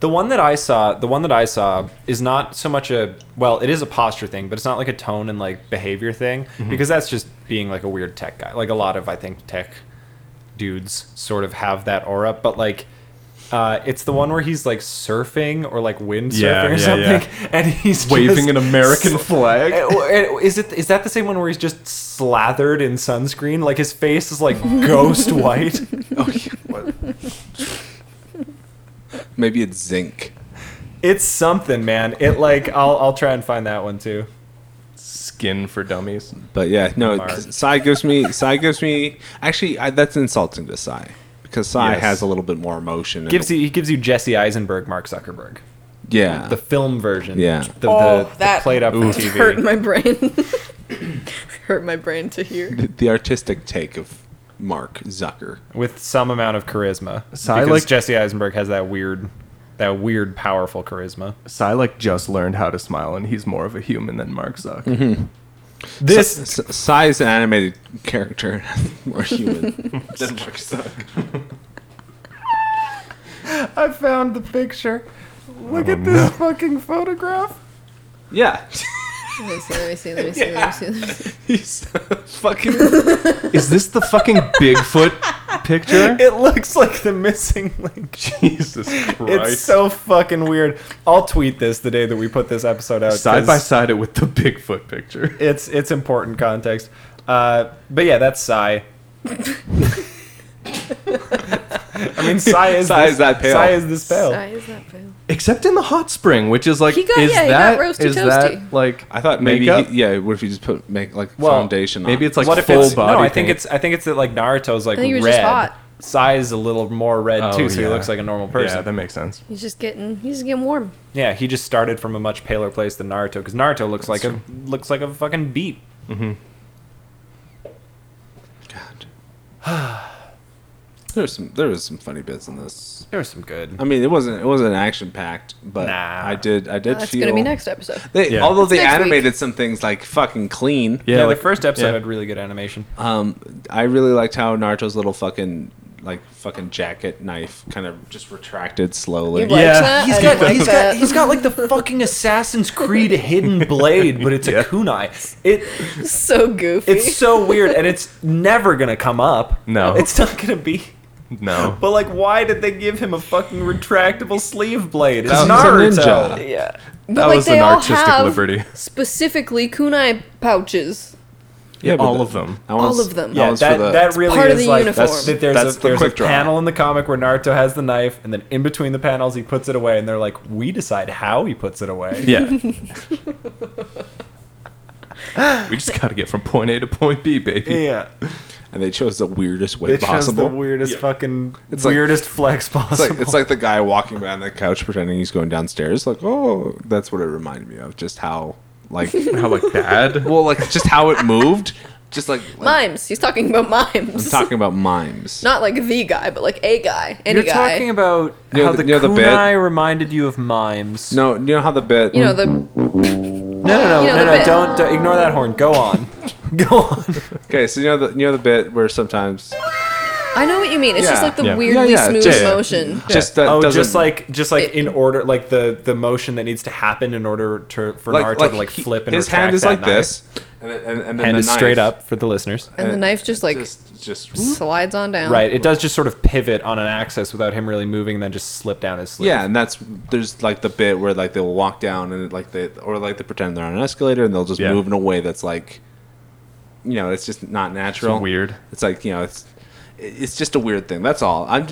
S2: The one that I saw, the one that I saw is not so much a well, it is a posture thing, but it's not like a tone and like behavior thing
S3: Mm-hmm.
S2: because that's just being like a weird tech guy. Like a lot of I think tech dudes sort of have that aura, but like uh, it's the one where he's like surfing or like windsurfing
S3: Yeah,
S2: or
S3: yeah,
S2: something,
S3: yeah.
S2: *laughs* and he's
S3: *laughs* Waving
S2: just
S3: an
S2: *laughs*
S3: American flag.
S2: Uh, uh, Is it is that the same one where he's just slathered in sunscreen? Like his face is like
S3: *laughs*
S2: ghost white.
S1: Maybe it's zinc.
S2: It's something, man. It like I'll I'll try and find that one too.
S3: Skin for dummies.
S1: But yeah, no.
S2: Mark.
S1: Psy gives me. Psy gives me. Actually, I, that's insulting to Psy because Psy
S3: Yes.
S1: has a little bit more emotion. and-
S2: Gives you he gives you Jesse Eisenberg, Mark Zuckerberg,
S1: yeah.
S2: the film version.
S1: Yeah.
S2: the, the,
S4: Oh,
S2: the
S4: that-
S2: played up for TV.
S4: *laughs* Hurt my brain. Hurt my brain to
S2: *laughs*
S4: hear.
S1: the artistic take of Mark Zucker.
S2: with some amount of charisma.
S3: So I
S2: because
S3: like-
S2: Jesse Eisenberg has that weird, that weird powerful charisma.
S3: Silek just learned how to smile, and he's more of a human than Mark Zuck.
S2: This
S1: S- S- Psy is an animated character, *laughs* more *laughs* human than Mark Zucker.
S2: I found the picture. Look at
S3: Oh, no.
S2: this fucking photograph.
S1: Yeah,
S4: Let me see. Let me see. Let me see. Let me see. Let me see.
S1: he's fucking.
S3: Is this the
S2: *laughs*
S3: fucking Bigfoot picture?
S2: Mm-hmm. It looks like the missing link.
S3: Jesus Christ.
S2: It's so fucking weird. I'll tweet this the day that we put this episode out.
S3: side by
S2: 'cause
S3: side it with the Bigfoot picture.
S2: It's it's important context. Uh, but yeah, that's Psy. I mean, Psy is
S1: Psy
S2: this,
S1: is that pale.
S2: Psy is this pale.
S4: Sigh, is that pale?
S3: Except in the hot spring, which is like
S4: He got-
S3: is
S4: yeah, he
S3: that
S4: got roasty
S3: is
S4: toasty.
S3: that like
S1: I thought maybe
S3: makeup?
S1: he, yeah. What if you just put make like
S2: Well,
S1: foundation?
S3: maybe
S1: on?
S3: it's like
S2: what if
S3: full
S2: it's
S3: body.
S2: no? I think
S3: paint.
S2: it's I think it's that like Naruto's like
S4: I think he was
S2: red.
S4: just hot.
S2: Psy is a little more red
S3: Oh,
S2: too, so he
S3: yeah.
S2: looks like a normal person.
S3: Yeah, that makes sense.
S4: He's just getting. He's getting warm.
S2: Yeah, he just started from a much paler place than Naruto because Naruto looks like a looks like a fucking beat.
S1: God. *sighs* There's some there was some funny bits in this.
S2: There was some good.
S1: I mean, it wasn't it wasn't action packed, but
S2: Nah.
S1: I did I did
S4: That's
S1: feel
S4: gonna be next episode.
S1: They,
S3: Yeah.
S1: Although
S4: It's
S1: they
S4: next week.
S1: animated some things like fucking clean,
S2: Yeah,
S3: like-
S2: the first episode
S3: yeah.
S2: had really good animation.
S1: um, I really liked how Naruto's little fucking like fucking jacket knife kind of just retracted slowly.
S4: You like
S3: Yeah.
S4: that?
S2: He's
S4: I
S2: got,
S4: like
S2: he's got
S4: that.
S2: he's got like the fucking Assassin's
S1: *laughs*
S2: Creed hidden blade, but it's a kunai. It
S4: *laughs* so goofy.
S2: it's so weird, and it's never gonna come up.
S3: No.
S2: it's not gonna be. *laughs*
S3: No.
S2: But like, why did they give him a fucking retractable sleeve blade? It's
S1: That was a
S2: Naruto.
S1: ninja.
S4: yeah. But
S3: That
S4: like
S3: was
S4: they
S3: an
S4: all
S3: artistic
S4: have
S3: liberty.
S4: specifically kunai pouches.
S1: Yeah, but
S3: all
S1: the-
S3: of them.
S1: That one's-
S4: All of them.
S1: that
S4: Yeah,
S2: Yeah,
S1: one's
S2: that,
S1: for the-
S2: that really
S4: part of
S2: is
S4: the
S2: like
S4: uniform. That's-
S2: that there's
S1: that's
S2: a,
S1: the
S2: there's a
S1: quick draw.
S2: panel in the comic where Naruto has the knife, and then in between the panels he puts it away, and they're like, we decide how he puts it away.
S3: *laughs* Yeah. we just got to get from point A to point B, baby.
S2: Yeah,
S1: and they chose the weirdest way
S2: it shows the
S1: possible.
S2: weirdest fucking
S1: It's like-
S2: weirdest flex
S1: it's
S2: possible.
S1: like it's like the guy walking around the couch pretending he's going downstairs. Like, oh, that's what it reminded me of. Just how,
S4: *laughs*
S1: like,
S3: How
S2: *laughs*
S3: like bad?
S1: well, like just how it moved. Just like, like
S4: Mimes. He's talking about mimes.
S1: I'm talking about mimes.
S4: *laughs* Not like the guy, but like a guy. Any
S2: You're
S4: guy.
S2: talking about
S1: You know
S2: how
S1: the-
S2: the,
S1: you know the bit-
S2: kunai reminded you of mimes.
S1: No, you know how the bit.
S4: you know the
S2: no, no, no,
S4: you know
S2: no,
S4: the
S2: no,
S4: bit-
S2: Don't, don't ignore that horn. Go
S1: *laughs*
S2: on, go on.
S1: okay, so you know the you know the bit where sometimes
S4: I know what you mean. It's just
S1: Yeah.
S4: like the
S3: Yeah.
S4: weirdly
S1: Yeah, yeah,
S4: smooth
S1: just-
S4: motion.
S1: just that
S2: oh,
S1: doesn't
S2: just like just like
S4: It-
S2: in order, like the the motion that needs to happen in order to for Naruto to like
S1: he-
S2: flip and
S1: his
S2: retract
S1: hand is
S2: that
S1: like
S2: knife.
S1: this, and then, and, and then
S2: Hand
S1: the
S2: is straight
S1: knife
S2: up for the listeners.
S4: And the knife just like
S1: just just
S4: slides on down.
S2: Right, it does just sort of pivot on an axis without him really moving, and then just slip down his sleeve.
S1: Yeah, and that's there's like the bit where like they'll walk down and like they or like they pretend they're on an escalator and they'll just
S3: Yeah.
S1: move in a way that's like, you know, it's just not natural.
S3: It's weird.
S1: It's like you know, it's it's just a weird thing. That's all. I'm.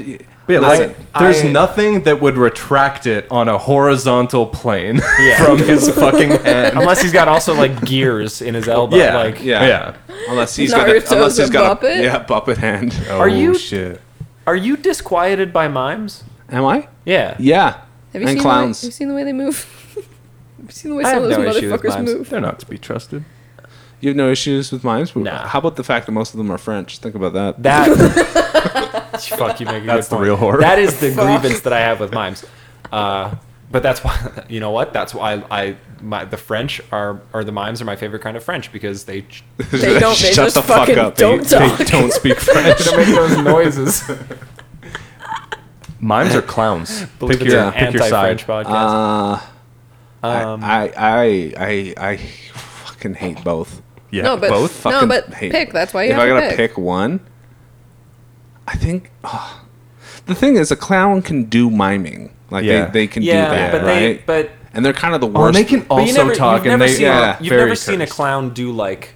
S3: Yeah,
S1: listen,
S3: like, there's
S2: I-
S3: nothing that would retract it on a horizontal plane *laughs*
S2: Yeah. *laughs*
S3: from his fucking hand.
S2: Unless he's got also like gears in his elbow.
S3: yeah,
S2: Like,
S1: yeah.
S3: yeah.
S1: unless he's got a,
S4: Naruto's
S1: unless he's
S4: a
S1: got a,
S4: Buppet?
S1: yeah puppet hand.
S2: Are you-
S3: shit?
S2: Are you disquieted by mimes?
S1: Am I?
S2: Yeah.
S1: Yeah.
S4: Have you
S1: and
S4: seen
S1: clowns.
S4: The way, have you seen the way they move? *laughs* have you seen the way
S2: I
S4: some of
S2: have
S4: those
S2: no issue with
S4: motherfuckers
S2: mimes.
S4: move?
S3: They're not to be trusted.
S1: you have no issues with mimes. But
S2: Nah.
S1: How about the fact that most of them are French? Think about that.
S2: That. *laughs* fuck, you make a
S3: That's
S2: good
S3: the
S2: point.
S3: real horror.
S2: That is the grievance that I have with mimes. Uh, but that's why *laughs* you know what? That's why I my the French are or the mimes are my favorite kind of French because they ch-
S4: They don't. They
S1: Shut
S4: just
S1: the fuck
S4: fucking
S1: up,
S4: don't
S1: Pete.
S3: *laughs*
S4: talk.
S3: They don't speak
S2: *laughs*
S3: French.
S2: they make those noises.
S3: *laughs* Mimes are clowns.
S2: *laughs* Believe
S3: pick
S2: it's
S3: your,
S2: an
S3: pick your side.
S2: anti-French podcast.
S1: Uh,
S2: um,
S1: I, I I I fucking hate both.
S3: Yeah,
S4: no, but
S3: both.
S4: no,
S1: fucking
S4: but
S1: hate
S4: pick.
S1: it.
S4: That's why you
S1: if
S4: have
S1: I
S4: to
S1: gotta pick. one, I think ah. the thing is a clown can do miming. Like
S3: Yeah.
S1: they, they can
S2: Yeah,
S1: do that,
S2: but they-
S1: right?
S2: but-
S1: and they're kind of the
S3: Oh,
S1: worst.
S3: and they can
S2: But
S3: also
S2: you never,
S3: talk,
S2: you've
S3: and
S2: never
S3: they
S2: seen,
S1: yeah,
S2: you've
S3: very
S2: never seen a
S3: cursed.
S2: clown do like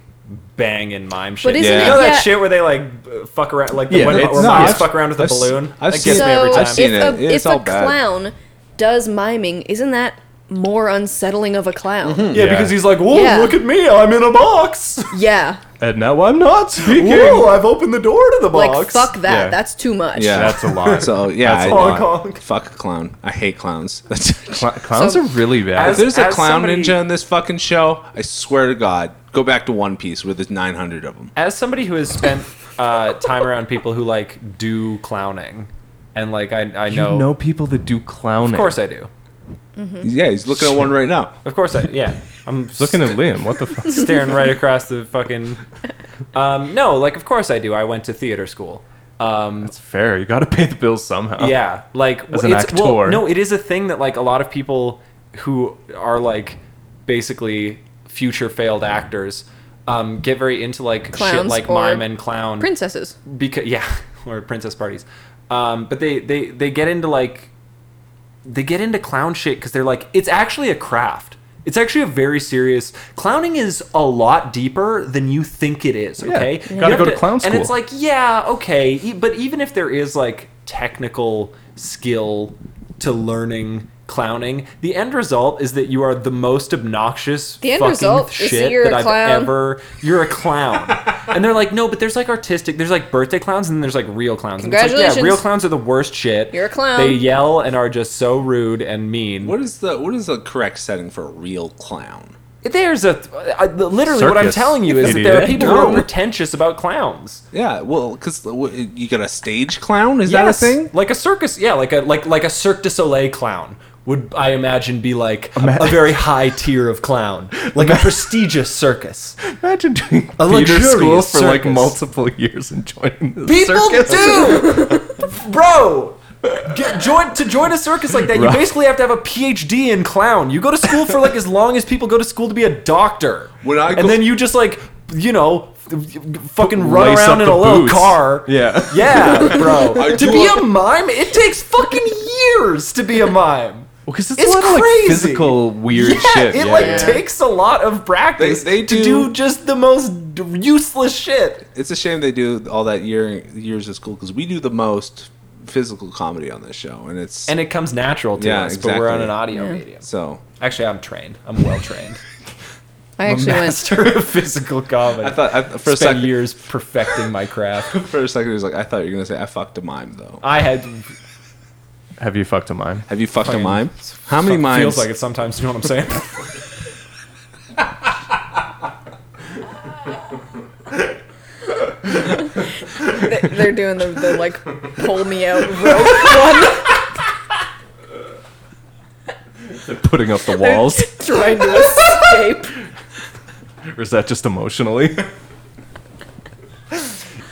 S2: bang and mime shit.
S4: But isn't
S1: Yeah.
S4: it
S2: You know that
S4: that-
S2: shit where they like uh, fuck around, like the
S3: Yeah,
S2: one
S3: it's-
S2: where
S3: no,
S2: mimes
S3: I've-
S2: fuck around with a
S1: I've s-
S2: balloon.
S1: I've
S2: that
S1: seen
S2: gets
S1: it.
S2: me every
S4: So
S2: time.
S1: I've seen
S4: if a,
S1: it. It's
S4: if
S1: all
S4: a
S1: bad.
S4: clown does miming, isn't that more unsettling of a clown?
S2: yeah,
S3: Yeah.
S2: because he's like, whoa,
S4: Yeah.
S2: look at me, I'm in a box.
S4: *laughs*
S2: *laughs*
S4: Yeah,
S3: And now I'm not speaking.
S2: Whoa, I've opened the door to the
S4: like
S2: box.
S4: fuck that.
S3: Yeah.
S4: That's too much.
S1: Yeah,
S3: That's a lot.
S1: *laughs* So yeah,
S3: That's
S1: I-
S3: a
S2: *laughs* Hong Kong.
S1: Fuck a clown. I hate clowns. *laughs* That's
S3: Cl- clowns
S4: So-
S3: are really bad.
S1: If there's a
S2: as
S1: clown
S2: somebody-
S1: ninja in this fucking show, I swear to God, go back to One Piece where there's 900 of them.
S2: As somebody who has spent uh, time around people who like do clowning, and like I, I
S3: you
S2: know,
S3: know people that do clowning.
S2: of course I do,
S4: Mm-hmm.
S1: Yeah, he's looking at one right now.
S2: of course I, yeah, I'm
S3: Looking at Liam, what the *laughs* fuck?
S2: *laughs* staring right across the fucking. Um, no, like of course I do. I went to theater school. Um,
S3: It's fair. You got to pay the bills somehow.
S2: yeah, like
S3: As an
S2: Well,
S3: actor.
S2: no, it is a thing that like a lot of people who are like basically future failed actors um, get very into like shit
S4: Clowns
S2: like
S4: or
S2: mime and
S1: Mm.
S2: clown
S4: Princesses.
S2: because yeah, *laughs* or princess parties. Um, but they they they get into like they get into clown shit because they're like it's actually a craft. It's actually a very serious. Clowning is a lot deeper than you think it is.
S3: Yeah.
S2: Okay,
S3: Gotta
S2: You
S3: go
S2: have
S3: to clown
S2: And it's
S3: school.
S2: like yeah, okay, e- but even if there is like technical skill to learning clowning, the end result is that you are the most obnoxious
S4: The end
S2: fucking
S4: result is that
S2: shit
S4: you're a
S2: that
S4: clown.
S2: I've ever ever- You're a clown. and they're like, no, but there's like artistic. There's like birthday clowns, and then there's like real clowns. And It's like, yeah,
S4: Congratulations.
S2: real clowns are the worst shit.
S4: You're a clown.
S2: They yell and are just so rude and mean.
S1: What is the what is the correct setting for a real clown?
S2: There's a I, literally what I'm
S3: Circus,
S2: telling you is that
S3: idiot.
S2: there are people who are
S3: No.
S2: pretentious about clowns.
S1: Yeah, well, because you got a stage clown. Is
S2: Yes,
S1: that a thing?
S2: Like a circus, yeah, like a like like a Cirque du Soleil clown would I imagine be like
S3: Ima-
S2: a very high tier of clown, like a prestigious circus.
S3: Imagine doing
S2: A
S3: theater
S2: luxurious
S3: school for like
S2: circus.
S3: multiple years and joining the
S2: People
S3: circus.
S1: *laughs*
S2: do, bro. Get, join to join a circus like that,
S3: Right.
S2: you basically have to have a PhD in clown. You go to school for like as long as people go to school to be a doctor,
S1: When I go-
S2: and then you just like you know, f- fucking run
S3: Lace
S2: around in
S3: up
S2: a
S3: the
S2: little
S3: boots.
S2: car.
S3: Yeah.
S2: *laughs* yeah, bro.
S1: I
S2: to
S1: do
S2: be
S1: a-
S2: a mime, it takes fucking years to be a mime.
S3: because it's,
S6: It's
S3: a lot of like
S6: crazy.
S3: physical weird
S6: yeah,
S3: shit.
S6: It
S3: yeah,
S6: like
S3: yeah.
S6: takes a lot of practice
S1: They- they
S6: to
S1: do-
S6: do just the most d- useless shit.
S1: It's a shame they do all that year years of school because we do the most physical comedy on this show, and it's
S6: And it comes natural to
S1: Yeah,
S6: us, but we're on
S1: exactly.
S6: an audio medium.
S1: so.
S6: Actually, I'm trained. I'm well
S2: *laughs*
S6: trained.
S4: I
S6: I'm a
S4: actually went.
S6: master of physical comedy.
S1: I thought I, for a
S6: Spent
S1: second,
S6: years perfecting my craft.
S1: *laughs* for a second, it was like I thought you were gonna say I fucked a mime though.
S6: I had
S3: Have you fucked a mime?
S1: Have you fucked a
S6: Fucking-
S1: mime? How many mimes?
S6: feels like it sometimes. You know what I'm saying?
S4: they- They're doing the, the like pull me
S1: *laughs*
S4: out rope one,
S3: *laughs* Putting up the walls,
S4: trying to escape.
S3: or is that just
S2: *laughs*
S3: emotionally? *laughs*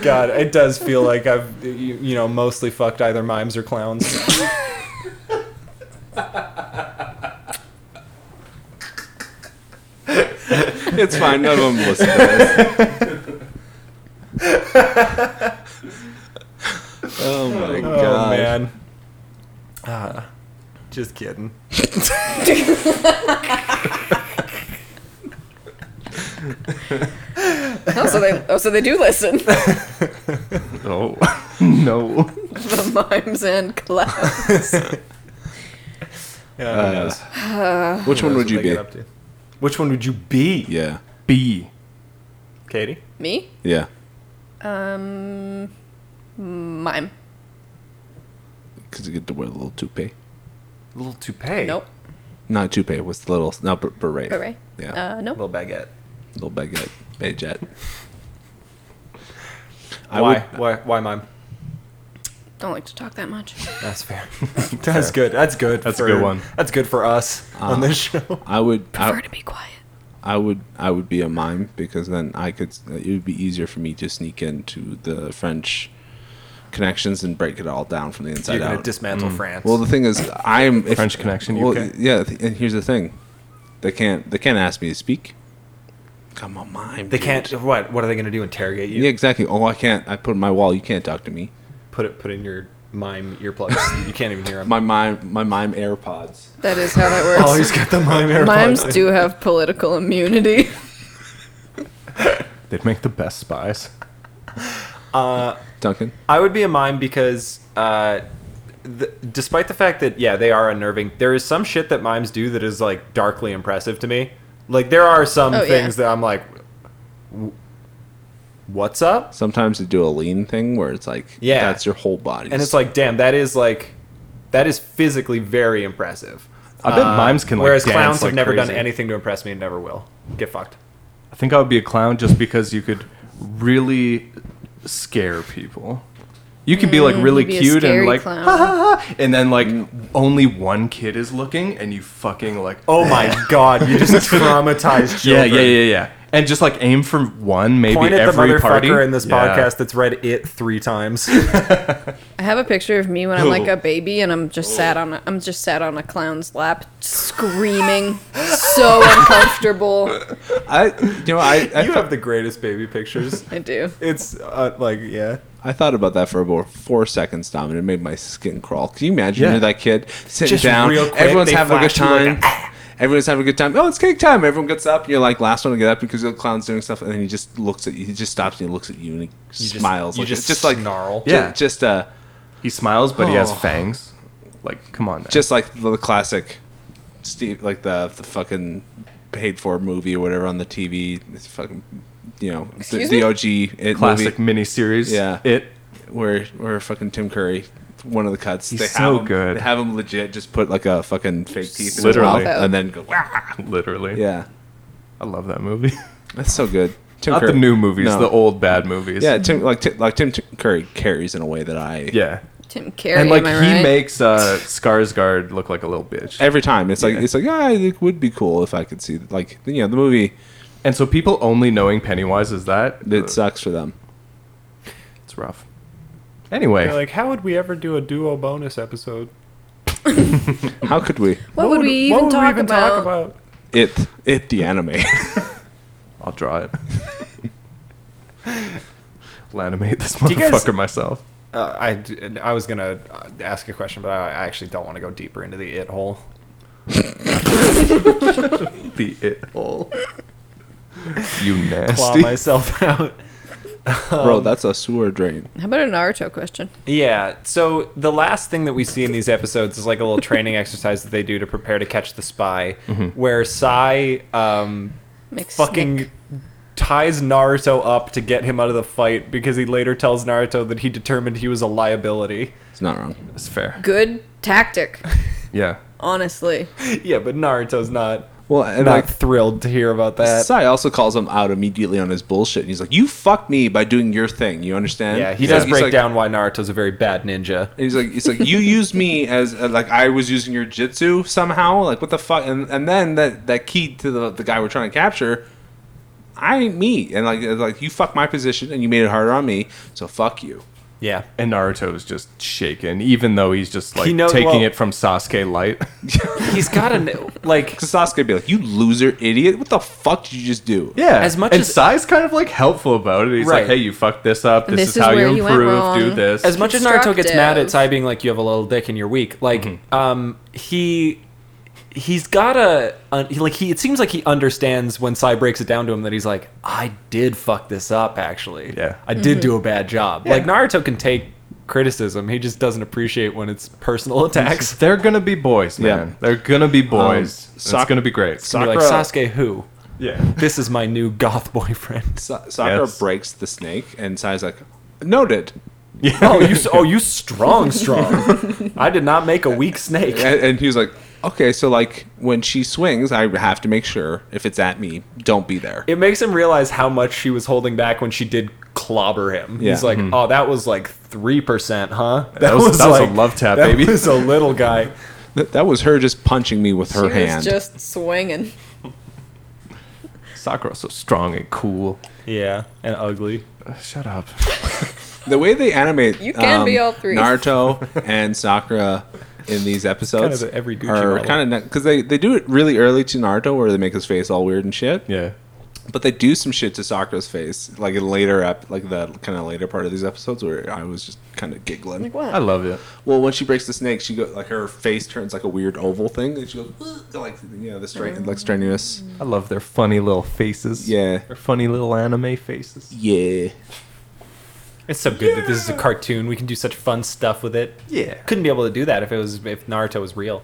S2: God, it does feel like I've you, you know mostly fucked either mimes or clowns.
S6: *laughs*
S1: *laughs* it's fine. None of them listen to this. oh my
S2: Oh
S1: god!
S2: man. Ah, just kidding.
S4: Oh, so they oh, so they do listen.
S3: Oh *laughs* no!
S4: the mimes and clowns.
S1: *laughs*
S2: Yeah,
S1: Uh,
S2: who knows? Who
S1: Which one
S2: knows
S1: would
S2: what
S1: you
S2: they get
S1: be?
S2: up to. Which one would you be,
S1: Yeah,
S3: B.
S2: Katie?
S4: Me?
S1: yeah.
S4: Um, mime.
S1: Because you get to wear a little toupee.
S2: Little toupee.
S4: Nope.
S1: Not toupee. What's the little? No, b- beret.
S4: Beret.
S1: Yeah,
S4: Uh, nope.
S6: Little baguette.
S1: little baguette, baguette. I
S2: Why?
S1: would-
S2: Why? Why mime?
S4: Don't like to talk that much.
S2: That's fair. *laughs* That's good. That's good. Ah.
S3: That's a good one.
S2: That's good for us on this *laughs* show.
S1: I would.
S4: Prefer
S1: I,
S4: to be quiet.
S1: I would. I would be a mime because then I could. It would be easier for me to sneak into the French connections and break it all down from the inside
S2: You're gonna
S1: out.
S2: dismantle France.
S1: Well, the thing is, I'm if,
S3: French Connection,
S1: Well,
S3: UK.
S1: yeah, th- and here's the thing, they can't they can't ask me to speak. Come on, mime.
S2: they
S1: dude.
S2: can't. What? What are they gonna do? Interrogate you?
S1: Yeah, exactly. Oh, I can't. I put in my wall. You can't talk to me.
S2: Put it. Put in your mime earplugs. you can't even hear them.
S1: My mime. My mime AirPods.
S4: That is
S1: *laughs*
S4: how that works.
S2: oh, he's got the *laughs* mime earplugs.
S4: Mimes do have political immunity.
S3: They'd make the best spies.
S1: Duncan.
S2: I would be a mime because, uh, th- despite the fact that yeah, they are unnerving. There is some shit that mimes do that is like darkly impressive to me. Like there are some
S4: Oh, yeah.
S2: things that I'm like, "W- what's up?
S1: Sometimes they do a lean thing where it's like,
S2: Yeah.
S1: that's your whole body.
S2: And it's like, damn, that is like, that is physically very impressive. Uh,
S3: I bet mimes can, like,
S2: Whereas
S3: dance
S2: clowns have
S3: like
S2: never done
S3: crazy.
S2: anything to impress me and never will. Get fucked.
S3: I think I would be a clown just because you could really scare people. You could be like really
S4: Mm, You'd be a
S3: cute
S4: scary
S3: and like,
S4: clown.
S3: and then like only one kid is looking, and you fucking like,
S2: Oh *laughs* my god, you just traumatized
S3: yeah,
S2: children.
S3: yeah, yeah, yeah, and just like aim for one, maybe
S2: Point at the
S3: every
S2: motherfucker
S3: party
S2: in this
S3: Yeah.
S2: podcast that's read it three *laughs* times.
S4: I have a picture of me when I'm like a baby and I'm just sat on a, I'm just sat on a clown's lap screaming so uncomfortable.
S1: I, you know,
S2: *laughs*
S1: I, I,
S2: you
S1: thought-
S2: have the greatest baby pictures.
S4: I do.
S2: It's uh, like, yeah.
S1: I thought about that for about four seconds, Dom, and it made my skin crawl. Can you imagine?
S3: Yeah.
S1: You're that kid sitting
S2: Just
S1: down.
S2: real quick,
S1: everyone's
S2: they
S1: having a good
S2: flash you
S1: time.
S2: like
S1: everyone's having a good time. Oh, it's cake time! Everyone gets up. You're like last one to get up because the clown's doing stuff, and then he just looks at you. He just stops and he looks at you and he smiles.
S2: you
S1: like,
S2: just
S1: it's just like
S2: snarl.
S1: ju-
S3: Yeah.
S1: just, uh,
S3: He smiles, but he has
S1: Oh.
S3: fangs. Like, come on, man.
S1: just like the, the classic Steve, like the the fucking paid for movie or whatever on the TV. It's fucking, you know, the,
S4: Excuse
S1: the
S4: me?
S1: OG it
S3: classic
S1: movie
S3: miniseries.
S1: Yeah.
S3: it.
S1: where where fucking Tim Curry. One of the cuts.
S3: He's
S1: they
S3: so
S1: have him,
S3: good.
S1: They have him legit just put like a fucking fake teeth in his
S3: Literally.
S1: mouth and then go. "Wah."
S3: Literally,
S1: Yeah,
S3: I love that movie. *laughs*
S1: that's so good. Tim
S3: Not
S1: Curry-
S3: the new movies,
S1: No.
S3: the old bad movies.
S1: Yeah, Tim like Tim, like Tim Curry carries in a way that I
S3: yeah.
S4: Tim Carey,
S3: and like he
S4: am I right?
S3: makes uh, Skarsgård look like a little bitch.
S1: every time it's like it's like ah, it would be cool if I could see like you know the movie
S3: And so people only knowing Pennywise is that
S1: it sucks for them.
S3: it's rough. Anyway,
S2: They're like, how would we ever do a duo bonus episode?
S1: How could we?
S4: what, would we even, talk, about?
S2: about?
S1: It it the *laughs* anime.
S3: I'll draw
S2: *laughs*
S3: it. I'll animate this
S2: you guys-
S3: motherfucker myself.
S2: Uh, I, d- I was going to ask a question, but I, I actually don't want to go deeper into the it hole.
S3: the it hole. You
S2: *laughs* claw
S3: nasty.
S2: myself *laughs* out.
S1: Bro, that's a sewer drain.
S4: How about a Naruto question?
S2: Yeah. So the last thing that we see in these episodes is like a
S1: *laughs*
S2: little training exercise that they do to prepare to catch the spy,
S1: Mm-hmm.
S2: where Sai um,
S4: Mixed
S2: fucking ties Naruto up to get him out of the fight because he later tells Naruto that he determined he was a liability.
S1: It's not wrong.
S3: That's fair.
S4: good tactic,
S3: Yeah.
S4: honestly.
S2: *laughs* yeah, but Naruto's not
S1: Well, and
S2: not
S1: like
S2: thrilled to hear about that.
S1: Sai also calls him out immediately on his bullshit, and he's like, "You fucked me by doing your thing. You understand?"
S2: yeah, he does
S1: He's
S2: break
S1: like-
S2: down why Naruto's a very bad ninja.
S1: And he's like, he's like,
S2: *laughs*
S1: you used me as uh, like I was using your jitsu somehow. Like what the fuck? And and then that that key to the the guy we're trying to capture, I ain't me. And like it's like you fucked my position and you made it harder on me. So fuck you.
S2: Yeah.
S3: And Naruto's just shaken, even though he's just like
S2: He know-
S3: taking
S2: well-
S3: it from
S2: *laughs*
S3: Sasuke light.
S2: He's
S1: *laughs*
S2: got a like
S1: Because Sasuke be like, you loser, idiot. What the fuck did you just do?
S3: yeah.
S2: As much
S3: and
S2: as-
S3: Sai's kind of like helpful about it. He's
S2: Right.
S3: like, hey, you fucked this up. This,
S4: This
S3: is,
S4: is
S3: how
S4: where
S3: you
S4: you went
S3: improve.
S4: wrong.
S3: Do this.
S2: as much as Naruto gets mad
S4: constructive.
S2: at Sai being like, "You have a little dick and you're weak," like, um, he he's got a un, he- like he. It seems like he understands when Sai breaks it down to him that he's like, "I did fuck this up, actually.
S3: Yeah.
S2: I did do a bad job." Like Naruto can take criticism. He just doesn't appreciate when it's personal attacks.
S3: *laughs* They're gonna be boys,
S1: Yeah.
S3: man. They're gonna
S2: Um,
S3: be boys.
S1: Sak-
S3: it's gonna be great.
S1: Sak-
S2: You're like
S1: Sakura-
S2: Sasuke, who?
S3: yeah.
S2: This is my new goth
S1: *laughs*
S2: boyfriend.
S1: Sa- Sakura
S3: Yes.
S1: breaks the snake, and Sai's like, noted.
S2: oh, you s- oh you strong strong. I did not make a weak snake.
S1: *laughs* And, and he was like, okay, so like when she swings, I have to make sure if it's at me, don't be there.
S2: it makes him realize how much she was holding back when she did clobber him.
S1: Yeah.
S2: He's like, oh, that was like three percent, huh? That,
S3: was- Mm-hmm. that was a love tap,
S2: that
S3: baby."
S2: was a little
S3: *laughs*
S2: guy.
S1: Th- that was her just punching me with her
S4: she
S1: hand.
S4: was just swinging.
S3: Sakura's so strong and cool.
S2: yeah, and ugly.
S3: Uh, Shut up.
S1: the way they animate um,
S4: You can be all three. *laughs*
S1: Naruto and Sakura in these episodes
S2: Kind of every Gucci
S1: are
S2: model.
S1: kind of because they, they do it really early to Naruto where they make his face all weird and shit
S3: Yeah.
S1: but they do some shit to Sakura's face like in later up like the kind of later part of these episodes where I was just kind of giggling
S4: Like what?
S3: I love it.
S1: well when she breaks the snake she go like her face turns like a weird oval thing and she goes "Ugh," like you know the strain
S2: Mm.
S1: like strenuous
S3: I love their funny little faces.
S1: Yeah.
S3: Their funny little anime faces.
S1: yeah
S2: It's so good that this is a cartoon. We can do such fun stuff with it.
S3: Yeah.
S2: Couldn't be able to do that if it was if Naruto was real.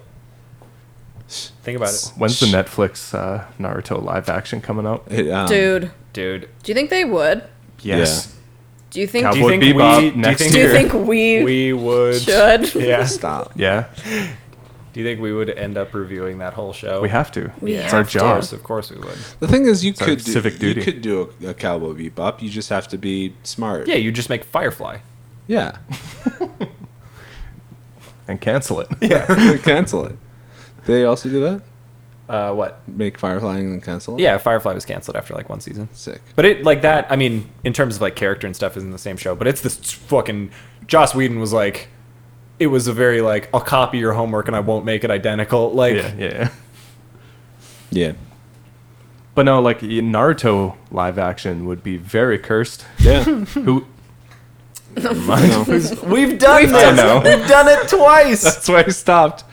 S2: Think about it,
S3: When's the Netflix uh, Naruto live action coming out?
S1: It, um,
S4: Dude,
S2: dude.
S4: do you think they would?
S1: Yes.
S4: Do you think
S3: Cowboy
S4: do
S2: you think we-
S3: Bebop
S2: do you
S3: next
S2: think-
S4: you
S3: year.
S4: think we,
S2: We would. *laughs*
S4: should? *laughs*
S2: Yeah.
S1: stop
S3: yeah.
S2: Do you think we would end up reviewing that whole show?
S3: We have to.
S4: We
S3: it's our
S4: have to.
S3: job.
S2: Of course, we would.
S1: the thing is you
S3: our
S1: could do,
S3: civic duty.
S1: you could do a, a cowboy bebop you just have to be smart
S2: Yeah, you just make Firefly.
S1: yeah *laughs*
S3: And cancel *laughs* it.
S1: They cancel it. They also do that.
S2: Uh, what?
S1: Make Firefly and then cancel it.
S2: Yeah, Firefly was canceled after like one season.
S1: Sick.
S2: But it like that. I mean, in terms of like character and stuff, isn't the same show. But it's this fucking. Joss Whedon was like, it was a very like, I'll copy your homework and I won't make it identical. Like,
S3: yeah, yeah.
S1: Yeah.
S3: But no, like Naruto live action would be very *laughs* cursed.
S2: *laughs*
S1: Yeah.
S3: Who?
S2: *laughs* we've done this.
S3: I know.
S2: *laughs* We've done it *laughs* twice.
S3: That's why I stopped.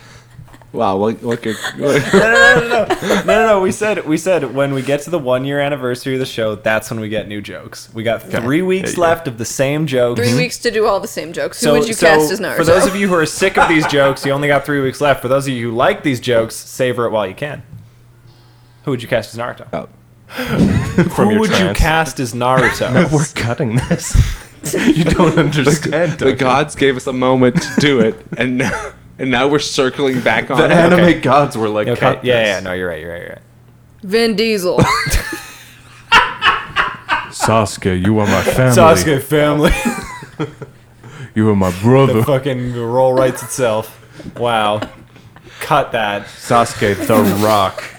S1: wow. What? What? Could,
S2: *laughs* no, no, no, no, no, no, no. We said we said when we get to the one year anniversary of the show, that's when we get new jokes. We got three weeks
S3: Yeah, yeah.
S2: left of the same jokes.
S4: Three weeks to do all the same jokes. Who would you cast as Naruto?
S2: For those of you who are sick of
S4: *laughs*
S2: these jokes, you only got three weeks left. For those of you who like these jokes, savor it while you can. Who would you cast as Naruto?
S3: Uh,
S1: Oh.
S3: From
S2: who
S3: your
S2: would you
S3: trance. *laughs*
S2: cast as Naruto?
S3: We're cutting this. *laughs* you don't understand.
S1: the
S3: Duncan.
S1: gods gave us a moment to do it, and now, and now we're circling back on
S3: The
S1: it.
S3: anime gods were like,
S2: okay,
S3: cut
S2: yeah, yeah,
S3: this.
S2: no, you're right, you're right, you're right.
S4: Vin Diesel.
S3: Sasuke, you are my family.
S2: Sasuke
S3: *laughs*
S2: family,
S3: you are my brother.
S2: the fucking role writes itself. Wow, cut that.
S3: Sasuke, the Rock.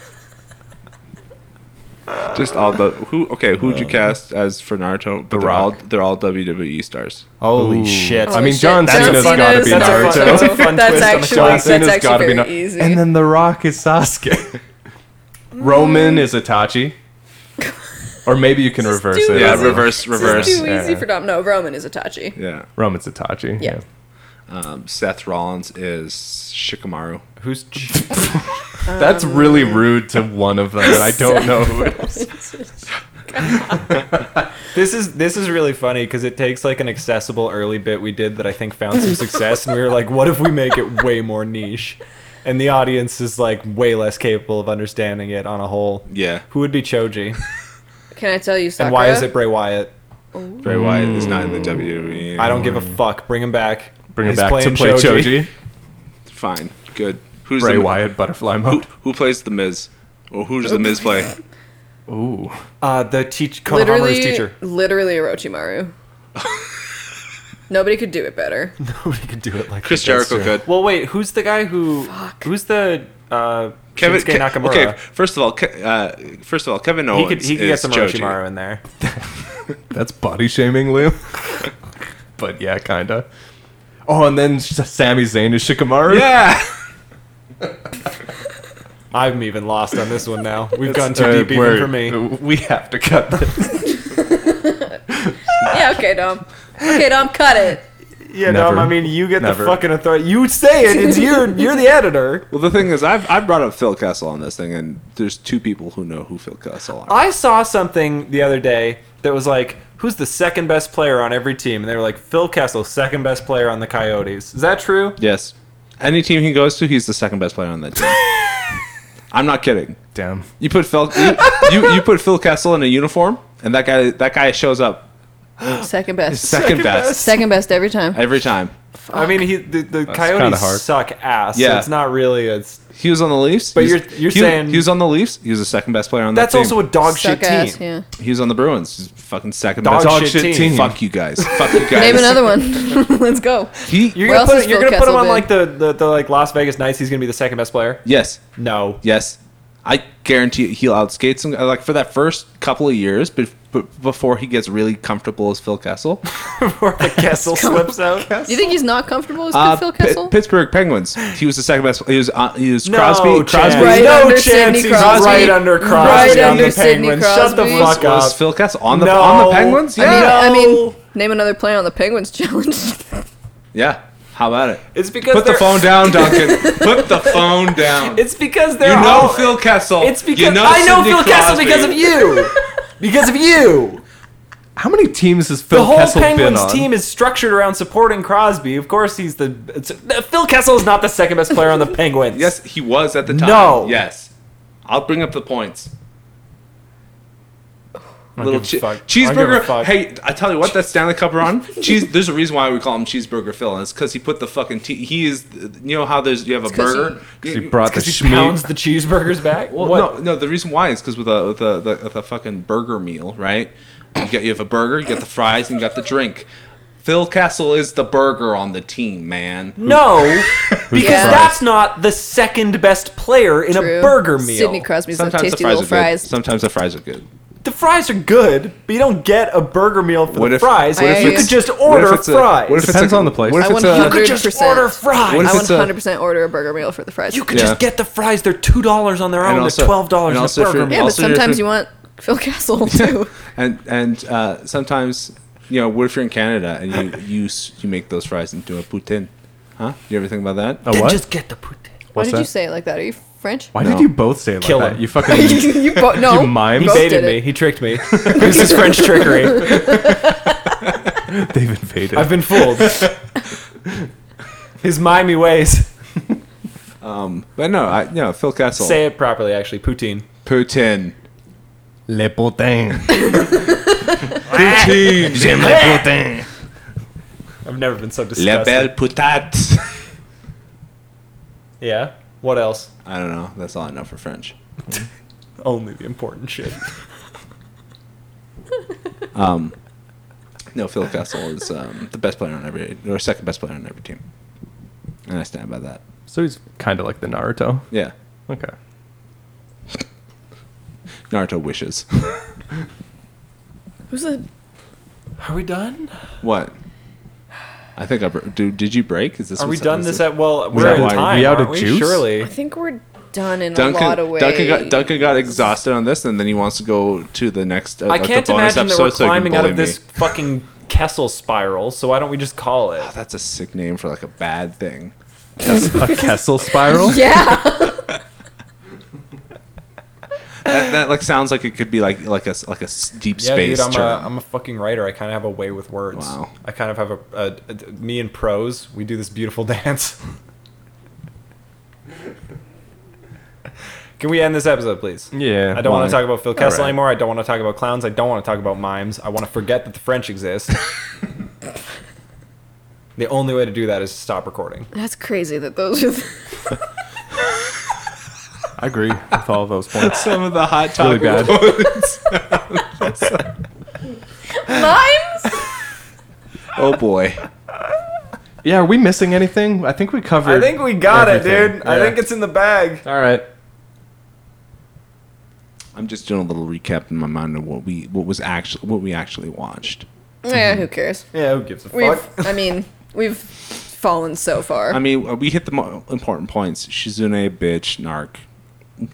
S1: Just all the who? Okay, who'd
S2: Uh,
S1: you cast as for Naruto? But
S3: The
S1: they're all
S3: Rock.
S1: they're all WWE stars.
S2: Holy
S3: Ooh.
S2: shit!
S3: I mean,
S4: Oh, shit.
S3: John Cena's gotta be
S4: That's a
S2: Naruto.
S4: fun-
S2: That's a fun
S4: that's
S2: twist on
S4: actually,
S2: John
S4: that's
S3: Cena's
S4: actually
S3: gotta be
S4: very
S3: Nar-
S4: easy. Mm.
S3: And then the Rock is Sasuke. Roman is
S4: *laughs*
S3: Itachi. Or maybe you can reverse
S4: do
S3: it.
S4: it.
S1: Yeah,
S4: Yeah,
S1: reverse,
S4: This is
S1: reverse.
S4: too easy
S3: yeah.
S4: for Dom. No, Roman is Itachi.
S1: E Yeah.
S3: Roman's Itachi.
S4: Yeah. *laughs*
S1: Um, Seth Rollins is Shikamaru.
S2: Who's
S3: *laughs* That's
S4: Um,
S3: really rude to one of them, and I don't know *laughs* who it is.
S2: This is this is really funny because it takes like an accessible early bit we did that I think found some success, and we were like, what if we make it way more niche? And the audience is like way less capable of understanding it on a whole.
S1: Yeah.
S2: Who would be Choji?
S4: Can I tell you Sakura?
S2: And why is it Bray Wyatt?
S1: Bray Wyatt is not in the E. WWE.
S2: I don't give a fuck. Bring him back.
S3: Bring him
S2: He's
S3: back to
S2: playing
S3: play Choji.
S1: Fine. Good. Who's
S3: Bray
S1: the,
S3: Wyatt, butterfly
S1: Who,
S3: mode.
S1: who plays the Miz? Or who does the Miz play?
S3: Ooh.
S2: Uh, the teach Konohamaru's
S4: literally,
S2: teacher. *laughs*
S4: literally Orochimaru? Nobody could do it better.
S2: Nobody could do it like
S1: Chris Jericho could.
S2: Well, wait. Who's the guy who? Who's the uh,
S1: Kevin
S2: Shinsuke
S1: Ke-
S2: Nakamura?
S1: Okay, first of all, Ke- uh, first of all, Kevin
S2: He
S1: Owens
S2: could he could get
S1: is
S2: some
S1: Joji.
S2: Orochimaru in there.
S3: That's body
S2: *laughs*
S3: shaming, Liam. but yeah, kinda. Oh, and then S- Sami Zayn is Shikamaru.
S1: Yeah. *laughs*
S2: I'm even lost on this one *laughs* now. We've gone
S3: That's,
S2: too
S3: uh,
S2: deep even
S3: we're-
S2: for me.
S3: We have to cut
S2: *laughs*
S3: this.
S4: Yeah, okay, Dom. Okay, Dom, cut it.
S2: Yeah,
S3: Never.
S2: no, I mean you get
S3: Never.
S2: the fucking authority. You say it. It's your *laughs* you're the editor.
S1: Well, the thing is, I've I've brought up Phil Kessel on this thing, and there's two people who know who Phil Kessel are.
S2: I saw something the other day that was like, who's the second best player on every team? And they were like, Phil Kessel, second best player on the Coyotes. Is that true?
S1: yes. Any team he goes to, he's the second best player on
S2: *laughs*
S1: that team. I'm not kidding.
S3: Damn.
S1: You put Phil you, you, you put Phil Kessel in a uniform, and that guy that guy shows up
S4: Second best.
S1: second, best,
S4: Second best every time.
S1: every time.
S2: I mean, he the, the
S3: kinda
S2: Coyotes
S3: hard.
S2: suck ass.
S1: Yeah.
S2: so it's not really a.
S1: He was on the Leafs,
S2: But
S1: he's-
S2: you're- you're
S1: he-
S2: saying-
S1: he was on the Leafs. He was the second best player on that
S2: That's
S1: team.
S2: also a dog
S4: Suck
S2: shit
S4: ass,
S2: team.
S4: yeah.
S1: He was on the Bruins. He's fucking second
S2: Dog
S1: best.
S2: shit team.
S1: Fuck you guys. Fuck you guys.
S4: Name another one. *laughs* Let's go.
S1: He,
S2: You're
S4: Where
S2: gonna
S4: else
S2: put
S4: has
S2: it- you're
S4: Phil
S2: gonna put him
S4: Kessel
S2: on like the, the, the like Las Vegas Knights. He's gonna be the second best player.
S1: yes.
S2: No, *laughs*
S1: Yes. I guarantee he'll outskate some. Like for that first couple of years, bef- b- before he gets really comfortable as Phil Kessel,
S2: before
S4: *laughs*
S2: the Kessel slips out.
S4: Do you think he's not comfortable with
S1: Uh,
S4: Phil
S1: Pi-
S4: Kessel?
S1: Pittsburgh Penguins. He was the second best. He was uh, he was Crosby. Crosby
S4: Right
S2: no
S4: under
S2: chance
S4: Sidney
S2: he's
S4: Crosby.
S2: right under Crosby
S4: Right
S2: on
S4: under
S2: the
S4: Sidney
S2: Penguins. Shut the
S4: Crosby.
S2: fuck
S1: was
S2: up.
S1: Phil Kessel on the
S2: No.
S1: on the Penguins.
S2: I uh,
S1: Yeah,
S4: I mean, I
S2: No.
S4: mean, name another player on the Penguins *laughs* challenge.
S1: yeah. How about it?
S2: It's because
S1: Put the
S2: they're-
S1: phone down,
S2: *laughs*
S1: Duncan. Put the phone down.
S2: It's because
S1: you
S2: they're
S1: know
S2: all-
S1: Phil Kessel.
S2: It's because
S1: you know
S2: I know
S1: Sidney
S2: Phil Kessel
S1: Crosby.
S2: because
S1: *laughs*
S2: of you. Because of you,
S3: How many teams has Phil
S2: the whole
S3: Kessel been
S2: Penguins
S3: on?
S2: team is structured around supporting Crosby. Of course, he's the it's, Phil Kessel is not the second best player on the Penguins.
S1: Yes, he was at the time.
S2: No.
S1: Yes. I'll bring up the points. Little
S2: give a
S1: che-
S2: fuck. I don't give a
S1: cheeseburger.
S2: fuck.
S1: Hey, I tell you what, that Stanley Cup run. *laughs* Cheese. There's a reason why we call him Cheeseburger Phil, and it's because he put the fucking. T- he is. You know how there's you have a
S4: 'cause
S1: burger. You-
S3: He brought the
S2: because he
S3: schmeat.
S2: pounds the cheeseburgers back.
S1: well,
S2: what?
S1: no, no. The reason why is because with a with a the, with a fucking burger meal, right? You get you have a burger, you get the fries, and you got the drink. Phil Castle is the burger on the team, man.
S2: No, because
S4: surprised?
S2: that's not the second best player in a
S4: True.
S2: burger meal.
S4: Sidney Crosby's the
S1: Sometimes the
S4: tasty
S1: fries are
S4: little
S1: good.
S4: fries.
S1: Sometimes the fries are good.
S2: The fries are good, but you don't get a burger meal for
S1: What
S2: the
S1: if-
S2: fries.
S4: what if
S2: you
S4: it's-
S2: could just
S1: What if
S2: order
S1: it's a-
S2: fries.
S1: what if it's
S3: Depends
S1: a-
S3: on the place.
S1: What if
S4: I
S1: it's a,
S4: want
S2: you could just
S4: 100%.
S2: order fries.
S1: What if
S4: I
S1: it's a-
S4: 100% order a burger meal for the fries.
S2: you could
S1: Yeah.
S2: just get the fries. They're two dollars on their own.
S1: And also-
S2: They're twelve
S1: and
S2: dollars in
S1: also
S2: a
S1: if
S2: burger
S1: you're-
S2: meal.
S4: yeah, but
S1: also your
S4: sometimes
S1: food-
S4: you want *laughs* Phil Kessel too.
S1: and and uh, sometimes you know what if you're in Canada and you you s- you make those fries into a poutine, huh? You ever think about that?
S3: A what?
S2: Just get the poutine.
S4: Why did
S3: that?
S4: you say it like that? Are you French?
S3: Why
S1: No.
S3: did you both say it like
S2: Kill
S3: that?
S2: him. *laughs*
S3: You fucking.
S4: *laughs* you bo- no.
S3: You mimed?
S4: you
S3: He
S4: both
S2: Baited
S4: did it.
S2: me. He tricked *laughs* me. this is French trickery.
S3: They've invaded.
S2: *laughs* I've been fooled. His mimey ways.
S1: But no, I you know Phil Kessel
S2: Say it properly, actually. Poutine.
S1: poutine.
S3: Le *laughs* potin.
S1: Poutine.
S3: J'aime le potin.
S2: I've never been so disgusted.
S1: La belle patate.
S2: Yeah. What else?
S1: *laughs* I don't know. That's all I know for French.
S2: Only the important shit.
S1: Um, no, Phil Kessel is um, the best player on every or second best player on every team, and I stand by that.
S3: So he's kind of like the Naruto.
S1: Yeah,
S4: *laughs*
S3: Okay.
S1: Naruto wishes. *laughs*
S4: Who's the?
S2: Are we done?
S1: what? I think I br- do. Did you break? Is this?
S2: Are we
S1: what's-
S2: done
S1: is
S2: this
S1: it-
S2: at? Well, we're
S3: that
S2: in
S3: why-
S2: time.
S3: we out
S2: aren't
S3: of juice?
S2: Surely.
S4: I think we're done in
S1: Duncan,
S4: a lot of ways.
S1: Duncan got *laughs* Duncan got exhausted on this, and then he wants to go to the next. Uh,
S2: I
S1: like the
S2: can't
S1: bonus
S2: imagine that we're
S1: episode so he can
S2: climbing out
S1: bully
S2: of this
S1: me. *laughs*
S2: fucking Kessel spiral, so why don't we just call it?
S1: Oh, That's a sick name for like a bad thing.
S3: A Kessel spiral?
S4: Yeah.
S1: that, that like sounds like it could be like like a s- like a s- deep
S6: Yeah,
S1: space
S6: dude, I'm
S1: term.
S6: a, I'm a fucking writer. I kind of have a way with words.
S1: Wow.
S6: I kind of have a, a, a- me and prose. We do this beautiful *laughs* dance. Can we end this episode, please?
S3: Yeah,
S6: I don't want
S1: why?
S6: to talk about Phil Kessel
S1: right.
S6: anymore. I don't want to talk about clowns. I don't want to talk about mimes. I want to forget that the French
S1: *laughs*
S6: exist. the only way to do that is to stop recording.
S4: That's crazy that those *laughs* are. The-
S3: I agree with all those points.
S2: *laughs*
S1: Some of the *laughs* hot
S3: Really
S1: topic
S3: bad.
S5: Mimes?
S1: Oh boy.
S3: Yeah, are we missing anything? I think we covered.
S6: I think we got it,
S3: everything.
S6: dude. I
S3: Yeah.
S6: think it's in the bag.
S3: all right.
S1: I'm just doing a little recap in my mind of what we what was actually what we actually watched.
S4: *laughs* yeah, who cares?
S6: Yeah, who gives a
S4: We've.
S6: fuck?
S4: I mean, we've fallen so far.
S1: I mean, uh, we hit the mo- important points. Shizune, bitch, narc,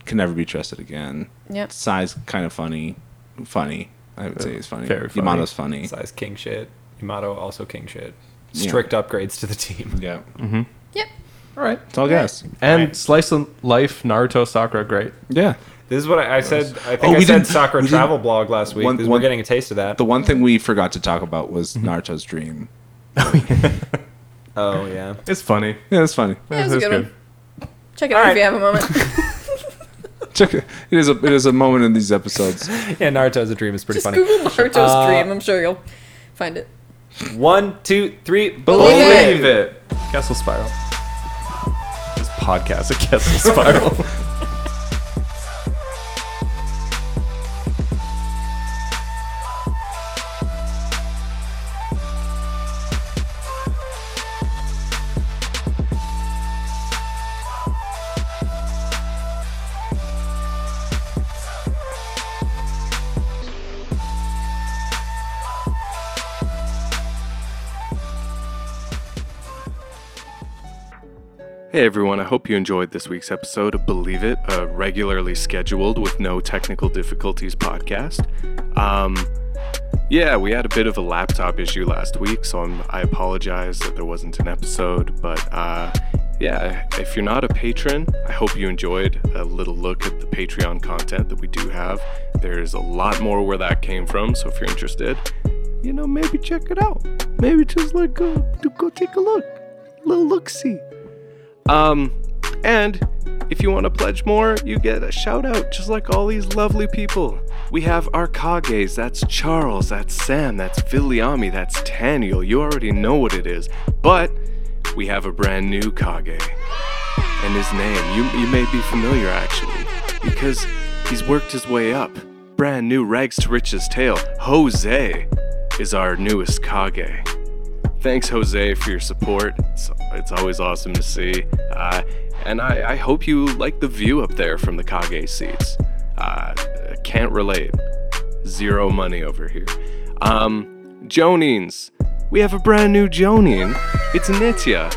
S1: can never be trusted again.
S4: Yep.
S1: Size kind of funny, funny. I would say it's funny.
S3: Very funny.
S1: Yamato's
S6: *laughs*
S1: funny.
S6: Size king shit. Yamato also king shit.
S1: Yeah.
S6: Strict upgrades to the team. *laughs*
S1: Yeah,
S4: Yep.
S3: All right.
S1: it's all guys.
S3: And slice of life, Naruto, Sakura, great.
S1: Yeah.
S6: This is what I, I said. I think
S1: Oh,
S6: I
S1: we
S6: said
S1: didn't-
S6: soccer
S1: we didn't-
S6: travel blog last week.
S1: One-
S6: This-
S1: one-
S6: we're getting a taste of that.
S1: The one thing we forgot to talk about was Naruto's dream.
S6: oh yeah.
S3: It's funny.
S1: Yeah, that's funny.
S4: That was a
S3: That's
S4: good,
S3: good.
S4: one. Check it out if you have a moment.
S1: Check it. It is a it is a moment in these episodes.
S2: Yeah, Naruto's a dream is pretty
S4: Just
S2: funny. Uh,
S4: Google Naruto's dream. I'm sure you'll find it.
S6: One, two, three.
S4: Believe it.
S3: Believe it. Castle Spiral. This podcast, a Castle *laughs* Spiral. Hey everyone, I hope you enjoyed this week's episode of Believe It, a regularly scheduled with no technical difficulties podcast. Um, yeah, we had a bit of a laptop issue last week, so I'm, I apologize that there wasn't an episode. But uh, yeah, if you're not a patron, I hope you enjoyed a little look at the Patreon content that we do have. There's a lot more where that came from, so if you're interested, you know, maybe check it out. Maybe just like go, go take a look, little look see. Um, and if you want to pledge more, you get a shout out just like all these lovely people. We have our Kages, that's Charles, that's Sam, that's Viliami, that's Taniel. You already know what it is. But we have a brand new Kage. And his name, you, you may be familiar actually, because he's worked his way up. Brand new rags to riches tale. Jose is our newest Kage. Thanks, Jose, for your support. It's, it's always awesome to see. Uh, and I, I hope you like the view up there from the Kage seats. Uh, can't relate. Zero money over here. Um, Jonines. We have a brand new Jonin. It's Nitya.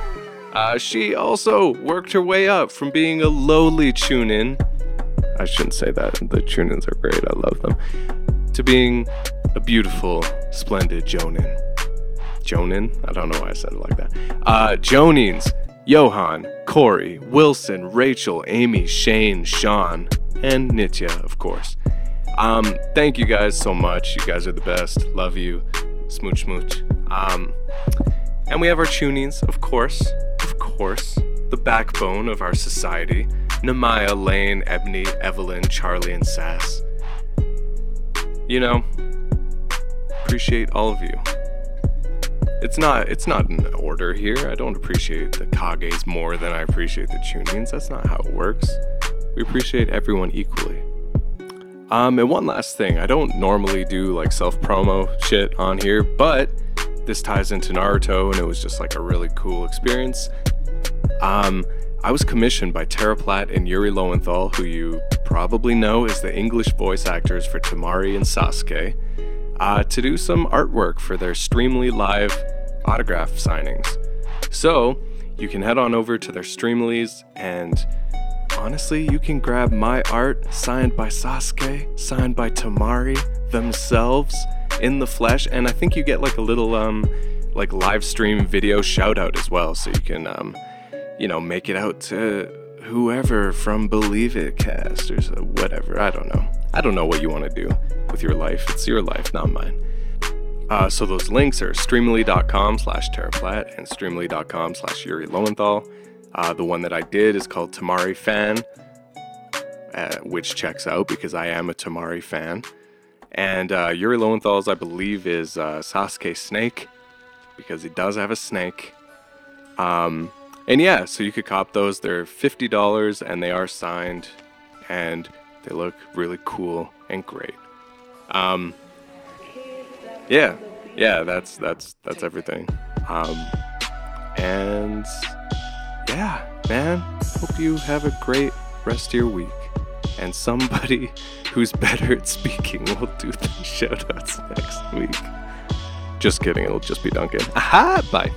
S3: Uh, she also worked her way up from being a lowly tune in. I shouldn't say that. The tune ins are great. I love them. To being a beautiful, splendid Jonin. Jonin. I don't know why I said it like that. Uh, Jonines, Johan, Corey, Wilson, Rachel, Amy, Shane, Sean, and Nitya, of course. Um, thank you guys so much. You guys are the best. Love you. Smooch, smooch. Um, and we have our tunings, of course, of course, the backbone of our society. Namaya, Lane, Ebony, Evelyn, Charlie, and Sass. You know, appreciate all of you. It's not it's not an order here. I don't appreciate the kages more than I appreciate the tunings. That's not how it works. We appreciate everyone equally. Um, and one last thing, I don't normally do like self promo shit on here, but this ties into Naruto, and it was just like a really cool experience. Um, I was commissioned by Tara Platt and Yuri Lowenthal, who you probably know as the English voice actors for Tamari and Sasuke uh, to do some artwork for their Streamly Live autograph signings. So you can head on over to their Streamlys and honestly, you can grab my art signed by Sasuke, signed by Tamari themselves in the flesh, and I think you get like a little um like live stream video shout out as well, so you can um you know make it out to whoever from Believe It Cast or so- whatever. I don't know. I don't know what you want to do with your life. It's your life, not mine. Uh, so those links are streamly.com slash terraplat and streamly.com slash Yuri Lowenthal. Uh, the one that I did is called Tamari Fan, uh, which checks out because I am a Tamari fan. And uh, Yuri Lowenthal's, I believe, is uh, Sasuke Snake because he does have a snake. Um, and yeah, so you could cop those. They're fifty dollars, and they are signed, and they look really cool and great. Um, yeah, yeah, that's that's that's everything. Um, and yeah, man, hope you have a great rest of your week. And somebody *laughs* who's better at speaking *laughs* will do the shoutouts next week. Just kidding, it'll just be Duncan. Aha! Bye.